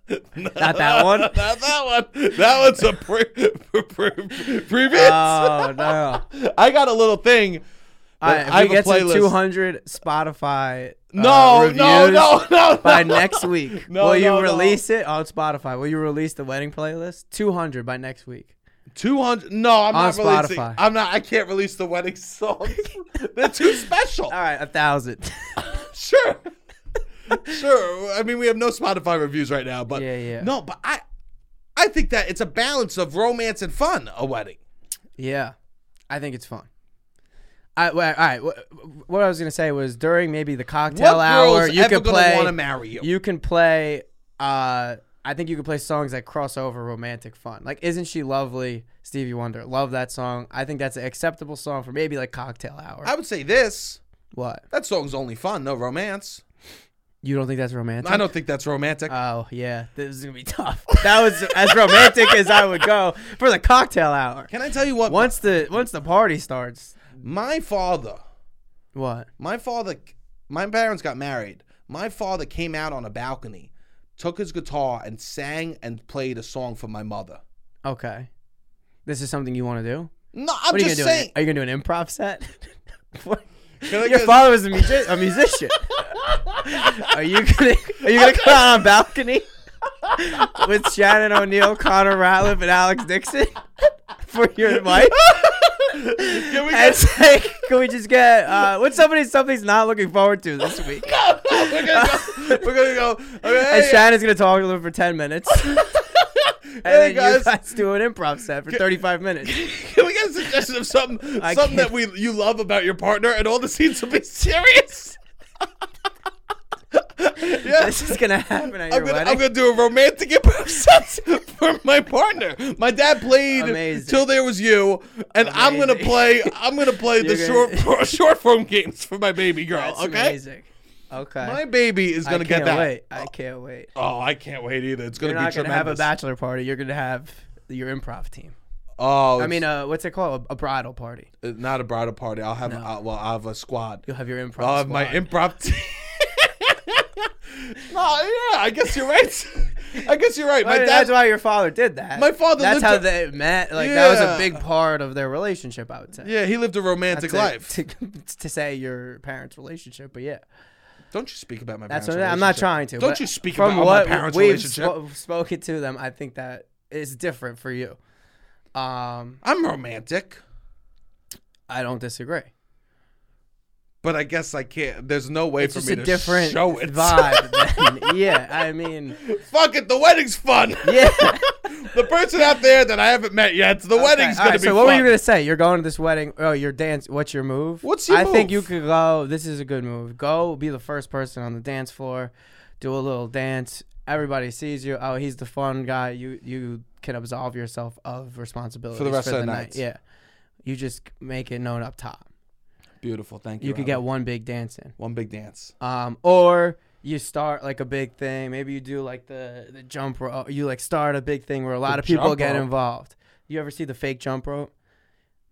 S2: Not that one.
S1: Not that one. That one's a pre- pre- pre- previous.
S2: Oh no!
S1: I got a little thing.
S2: All
S1: that
S2: right, if
S1: I
S2: we
S1: have a
S2: get to
S1: playlist.
S2: 200 Spotify uh,
S1: no, no,
S2: reviews
S1: no, no, no.
S2: by next week,
S1: No,
S2: will you
S1: no, no.
S2: release it on Spotify? Will you release the wedding playlist? 200 by next week.
S1: Two hundred? No, I'm
S2: On
S1: not releasing.
S2: Spotify.
S1: I'm not. I can't release the wedding songs. They're too special.
S2: All right, a thousand.
S1: Sure, sure. I mean, we have no Spotify reviews right now, but
S2: Yeah, yeah.
S1: No, but I, I think that it's a balance of romance and fun. A wedding.
S2: yeah, I think it's fun. I, well, all right. What, what I was gonna say was during maybe the cocktail
S1: what
S2: hour,
S1: girl's
S2: you
S1: ever
S2: could
S1: gonna
S2: play.
S1: want to marry you?
S2: you can play uh I think you could play songs that cross over romantic fun. Like Isn't She Lovely? Stevie Wonder. Love that song. I think that's an acceptable song for maybe like cocktail hour.
S1: I would say this.
S2: what?
S1: That song's only fun, no romance.
S2: You don't think that's romantic?
S1: I don't think that's romantic.
S2: Oh yeah, this is gonna be tough. That was as romantic as I would go for the cocktail hour.
S1: Can I tell you what?
S2: Once the once the party starts,
S1: my father,
S2: what?
S1: my father, my parents got married. My father came out on a balcony, took his guitar and sang and played a song for my mother.
S2: Okay, this is something you want to do.
S1: No, I'm
S2: What are you
S1: just
S2: gonna
S1: saying.
S2: do? Are you gonna do an improv set? What?
S1: I
S2: Your
S1: go-
S2: father was a, music- a musician. are you gonna Are you gonna come out on a balcony with Shannon O'Neill, Connor Ratliff, and Alex Dixon for your wife?
S1: Can we get-
S2: And say, can we just get uh, what's somebody something's not looking forward to this week?
S1: no, no, we're gonna go. We're gonna go.
S2: And
S1: Okay,
S2: Shannon's gonna talk to them for ten minutes, and
S1: hey
S2: then you
S1: guys,
S2: guys do an improv set for thirty-five minutes.
S1: can we get a suggestion of something,
S2: I
S1: something
S2: can't.
S1: that we you love about your partner, and all the scenes will be serious. yeah.
S2: This is gonna happen at your
S1: I'm gonna,
S2: wedding.
S1: I'm gonna do a romantic improv set for my partner. My dad played
S2: Amazing.
S1: till there was you, and I'm gonna
S2: Amazing.
S1: play. I'm gonna play the
S2: You're
S1: short
S2: gonna-
S1: for, short form games for my baby girl.
S2: That's
S1: okay,
S2: amazing. Okay.
S1: my baby is
S2: I
S1: gonna get
S2: can't
S1: that.
S2: Wait. I can't wait.
S1: Oh, I can't wait either. It's gonna
S2: You're
S1: be
S2: not gonna
S1: tremendous.
S2: have a bachelor party. You're gonna have your improv team.
S1: oh,
S2: I mean, uh, what's it called? A, a bridal party.
S1: not a bridal party. I'll have uh, well, I'll have a squad.
S2: You'll have your improv.
S1: I'll have Uh, my
S2: squad.
S1: improv team. no, yeah, I guess you're right. I guess you're right.
S2: I
S1: My
S2: mean,
S1: dad.
S2: that's why your father did that.
S1: My father
S2: That's
S1: lived
S2: how
S1: a-
S2: they met. Like that was
S1: Yeah.
S2: a big part of their relationship. I would say.
S1: yeah, he lived a romantic
S2: to,
S1: life.
S2: to, to say your parents' relationship, but yeah,
S1: Don't you speak about my
S2: that's
S1: parents'
S2: what I'm not
S1: relationship.
S2: trying to.
S1: Don't
S2: but
S1: you speak
S2: from
S1: about
S2: what
S1: my parents'
S2: we've
S1: relationship.
S2: spo- spoken to them. I think that is different for you. Um,
S1: I'm romantic,
S2: I don't disagree.
S1: but I guess I can't. There's no way
S2: It's
S1: for
S2: just
S1: me
S2: a
S1: to
S2: different
S1: show it.
S2: vibe. than- yeah, I mean,
S1: Fuck it, the wedding's fun.
S2: yeah.
S1: the person out there that I haven't met yet, the wedding's
S2: All
S1: gonna
S2: right,
S1: be
S2: so
S1: fun.
S2: what were you gonna say? You're going to this wedding. Oh, your dance. What's your move?
S1: What's your
S2: I think you
S1: move?
S2: could go. This is a good move. Go be the first person on the dance floor, do a little dance. Everybody sees you. Oh, he's the fun guy. You you can absolve yourself of responsibility
S1: rest of the night.
S2: Yeah, you just make it known up top.
S1: Beautiful, thank you.
S2: You could
S1: Robert.
S2: get one big dance in.
S1: one big dance.
S2: Um, or you start like a big thing. Maybe you do like the the jump rope. You like start a big thing where a lot
S1: The
S2: of people
S1: jump
S2: get
S1: rope?
S2: involved. You ever see the fake jump rope?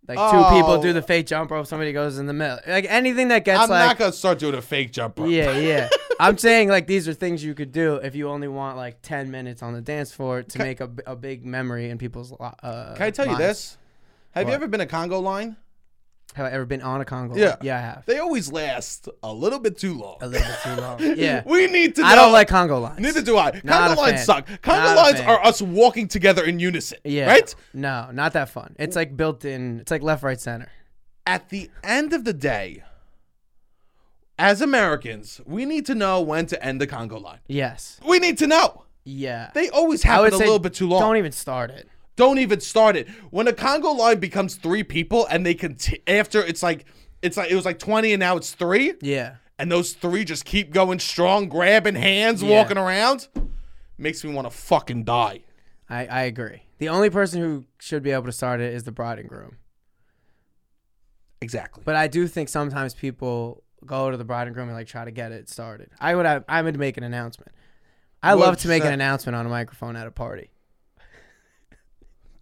S2: Like two
S1: Oh.
S2: people do the fake jump rope. Somebody goes in the middle. Like anything that gets
S1: I'm not
S2: like
S1: gonna start doing a fake jump rope.
S2: yeah, yeah. I'm saying like these are things you could do if you only want like ten minutes on the dance floor to make a, b- a big memory in people's. li- Uh,
S1: Can I tell you
S2: minds.
S1: this? Have you
S2: What?
S1: ever been a Congo line?
S2: Have I ever been on a Congo?
S1: Yeah.
S2: yeah, I have.
S1: They always last a little bit too long.
S2: A little bit too long. Yeah,
S1: We need to.
S2: I
S1: know-
S2: don't like Congo lines.
S1: Neither do I.
S2: Not
S1: Congo
S2: a
S1: lines
S2: fan.
S1: suck. Congo
S2: Not a
S1: lines
S2: fan.
S1: are us walking together in unison.
S2: Yeah.
S1: Right?
S2: No, not that fun. It's like built in. It's like left, right, center.
S1: at the end of the day, as Americans, we need to know when to end the Congo line.
S2: Yes.
S1: We need to know.
S2: Yeah.
S1: They always happen a little bit too long.
S2: Don't e-
S1: Don't,
S2: even start it.
S1: even start it. When a Congo line becomes three people and they conti- after it's like it's like it was like 20 and now it's 3
S2: Yeah.
S1: and those three just keep going strong, grabbing hands,
S2: Yeah.
S1: walking around, makes me want to fucking die.
S2: I, I agree. The only person who should be able to start it is the bride and groom.
S1: Exactly.
S2: But I do think sometimes people go to the bride and groom and like try to get it started. I would have, I would make an announcement. I love
S1: What's
S2: to make
S1: that?
S2: an announcement on a microphone at a party.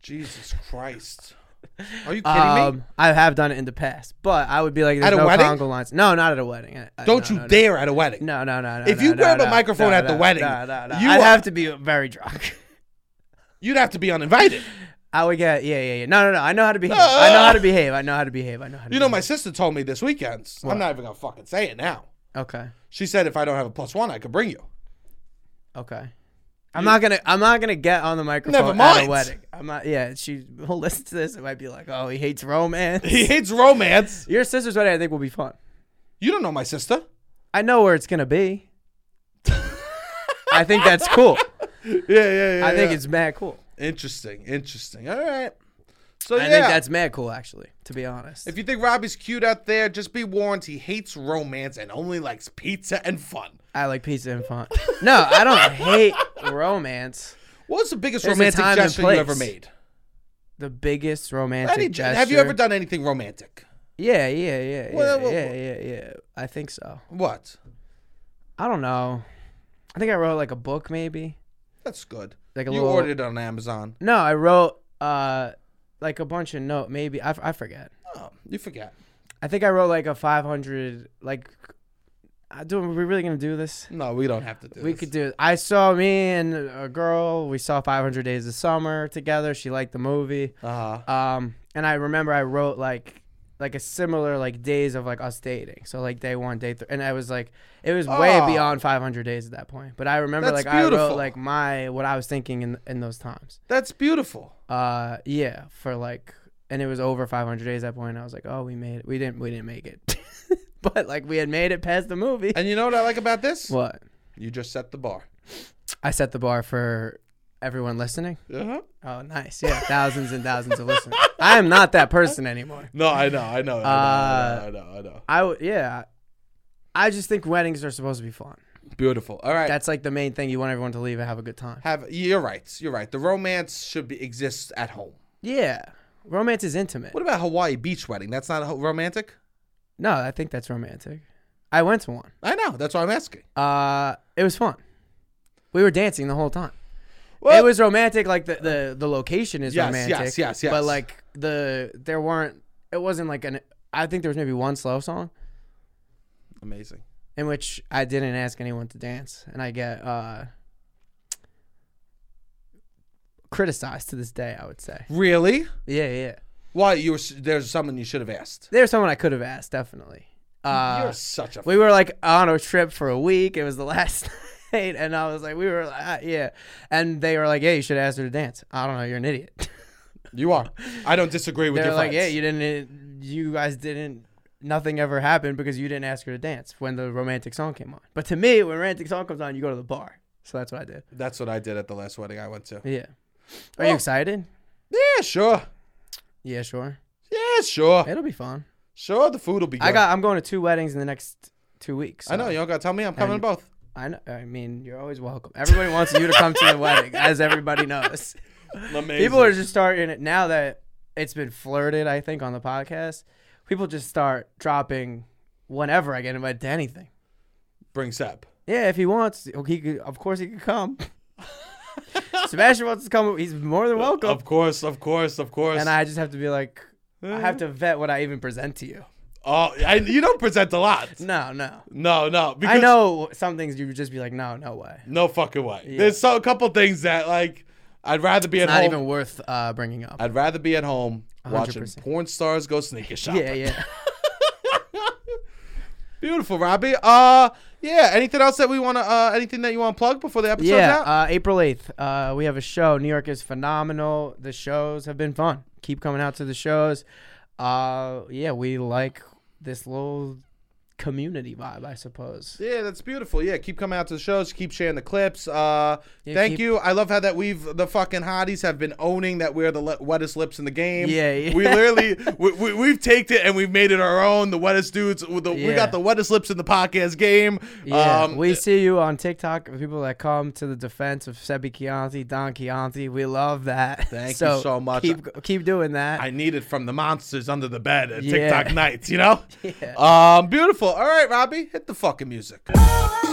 S1: Jesus Christ. Are you kidding me?
S2: Um, I have done it in the past, but I would be like, there's
S1: At a
S2: no
S1: wedding?
S2: Congo lines. No, not at a wedding. I- I-
S1: Don't
S2: no,
S1: you
S2: no, no.
S1: dare at a wedding.
S2: No, no, no, no.
S1: If
S2: no,
S1: you
S2: no,
S1: grab a
S2: no,
S1: microphone
S2: no,
S1: at the
S2: no,
S1: wedding,
S2: no, no, no.
S1: you
S2: I'd
S1: are-
S2: have to be very drunk.
S1: You'd have to be uninvited.
S2: I would get yeah, yeah, yeah. No, no, no. I know how to behave. I know how to behave. I know how to behave. I know how to.
S1: You know,
S2: behave.
S1: my sister told me this weekend. I'm not even gonna fucking say it now.
S2: Okay,
S1: She said if I don't have a plus one, I could bring you.
S2: okay. I'm not gonna. I'm not gonna get on the microphone
S1: Never
S2: at
S1: mind.
S2: a wedding. I'm not. Yeah, she will listen to this. It might be like, oh, he hates romance.
S1: He hates romance.
S2: Your sister's wedding, I think, will be fun.
S1: You don't know my sister.
S2: I know where it's gonna be. I think that's cool.
S1: Yeah, yeah, yeah.
S2: I think it's mad cool.
S1: interesting. Interesting. All right. So
S2: I
S1: yeah,
S2: think that's mad cool, actually. To be honest.
S1: if you think Robbie's cute out there, just be warned. He hates romance and only likes pizza and fun.
S2: I like pizza and fun. No, I don't hate romance.
S1: What was the biggest
S2: There's a
S1: romantic
S2: time and
S1: gesture you ever
S2: place.
S1: made?
S2: The biggest romantic
S1: Any,
S2: gesture.
S1: have you ever done anything romantic?
S2: Yeah, yeah, yeah, yeah,
S1: Well, well,
S2: yeah,
S1: well-
S2: yeah, yeah. I think so.
S1: What?
S2: I don't know. I think I wrote like a book, maybe.
S1: That's good.
S2: Like a
S1: You
S2: little.
S1: ordered it on Amazon.
S2: No, I wrote uh like a bunch of note. Maybe I, f- I forget.
S1: Oh, you forget.
S2: I think I wrote like a 500. Like, I do. Are we really gonna do this?
S1: No, we don't have to do
S2: We
S1: this.
S2: could do. I saw me and a girl. We saw 500 Days of Summer together. She liked the movie.
S1: Uh-huh.
S2: Um, and I remember I wrote like like a similar like days of like us dating. So like day one, day three, and I was like, it was way
S1: Oh.
S2: beyond 500 days at that point. But I remember
S1: That's
S2: like I
S1: beautiful.
S2: wrote like my what I was thinking in in those times.
S1: That's beautiful.
S2: Uh, yeah, for like, and it was over 500 days at that point. I was like, oh, we made it. We didn't. We didn't make it. but like we had made it past the movie.
S1: And you know what I like about this?
S2: What?
S1: You just set the bar.
S2: I set the bar for everyone listening.
S1: Uh-huh.
S2: Oh, nice. Yeah, thousands and thousands of listeners. I am not that person anymore.
S1: No, I know, I know,
S2: Uh,
S1: I know, I know, I know.
S2: I w- yeah. I just think weddings are supposed to be fun.
S1: Beautiful. All right.
S2: That's like the main thing. You want everyone to leave and have a good time.
S1: have you're right. You're right. The romance should be exists at home.
S2: Yeah. Romance is intimate.
S1: What about Hawaii beach wedding? That's not ho- romantic.
S2: No, I think that's romantic. I went to one.
S1: I know. That's why I'm asking.
S2: Uh, it was fun. We were dancing the whole time.
S1: Well-
S2: it was romantic. Like the, the, the location is
S1: Yes,
S2: romantic.
S1: yes, yes, yes.
S2: But like the there weren't. It wasn't like an. I think there was maybe one slow song.
S1: Amazing.
S2: in which I didn't ask anyone to dance, and I get uh, criticized to this day. I would say,
S1: Really?
S2: yeah, yeah.
S1: Why you were? s- There's someone you should have asked. Ah,
S2: There's someone I could have asked, definitely. Uh,
S1: you're such a.
S2: we were like on a trip for a week. It was the last night, and I was like, we were, like, ah, yeah, and they were like, yeah, you should ask her to dance. I don't know, you're an idiot.
S1: you are. I don't disagree with
S2: They're
S1: your
S2: like, yeah,
S1: friends.
S2: you didn't, uh, you guys didn't. Nothing ever happened because you didn't ask her to dance when the romantic song came on. But to me, when romantic song comes on, you go to the bar. So that's what I did.
S1: That's what I did at the last wedding I went to.
S2: Yeah. Are
S1: Well-
S2: you excited?
S1: Yeah, sure.
S2: Yeah, sure.
S1: Yeah, sure.
S2: It'll be fun.
S1: Sure, the food will be good.
S2: I got. I'm going to two weddings in the next two weeks.
S1: I know.
S2: so
S1: You don't got to tell me. I'm coming to both.
S2: I know. I mean, you're always welcome. Everybody wants you to come to the wedding, as everybody knows.
S1: Amazing.
S2: People are just starting it now that it's been flirted. I think on the podcast, people just start dropping whenever I get invited to anything.
S1: bring Seb.
S2: Yeah, if he wants, oh, he could. Of course, he could come. Sebastian wants to come. He's more than welcome.
S1: Of course, of course, of course.
S2: And I just have to be like, I have to vet what I even present to you.
S1: Oh, I, you don't present a lot.
S2: No, no.
S1: No, no. Because
S2: I know some things you would just be like, no, no way.
S1: No fucking way. There's so a couple things that like I'd rather be at
S2: Not
S1: home.
S2: even worth uh, bringing up.
S1: I'd rather be at home watching
S2: 100%.
S1: porn stars go sneaker shopping.
S2: yeah, yeah.
S1: Beautiful, Robbie. Uh, yeah. Anything else that we want to? Uh, anything that you want to plug before the episode's
S2: yeah,
S1: out?
S2: uh, April 8th, uh, we have a show. New York is phenomenal. The shows have been fun. Keep coming out to the shows. Uh, yeah, we like this little community vibe, I suppose.
S1: yeah, that's beautiful. Yeah, keep coming out to the shows. Keep sharing the clips. Uh,
S2: Yeah,
S1: thank
S2: keep-
S1: you. I love how that we've the fucking hotties have been owning that we're the le- wettest lips in the game.
S2: Yeah, yeah.
S1: We literally we, we, we've taken it and we've made it our own. The wettest dudes. The, We
S2: Yeah.
S1: got the wettest lips in the podcast game.
S2: Yeah,
S1: um,
S2: Uh, we see you on TikTok. People that come to the defense of Sebi Chianti, Don Chianti, we love that.
S1: Thank you so much.
S2: Keep keep doing that.
S1: I need it from the monsters under the bed at
S2: Yeah.
S1: TikTok nights, you know?
S2: Yeah.
S1: Um, beautiful. All right, Robbie, hit the fucking music.
S3: Oh,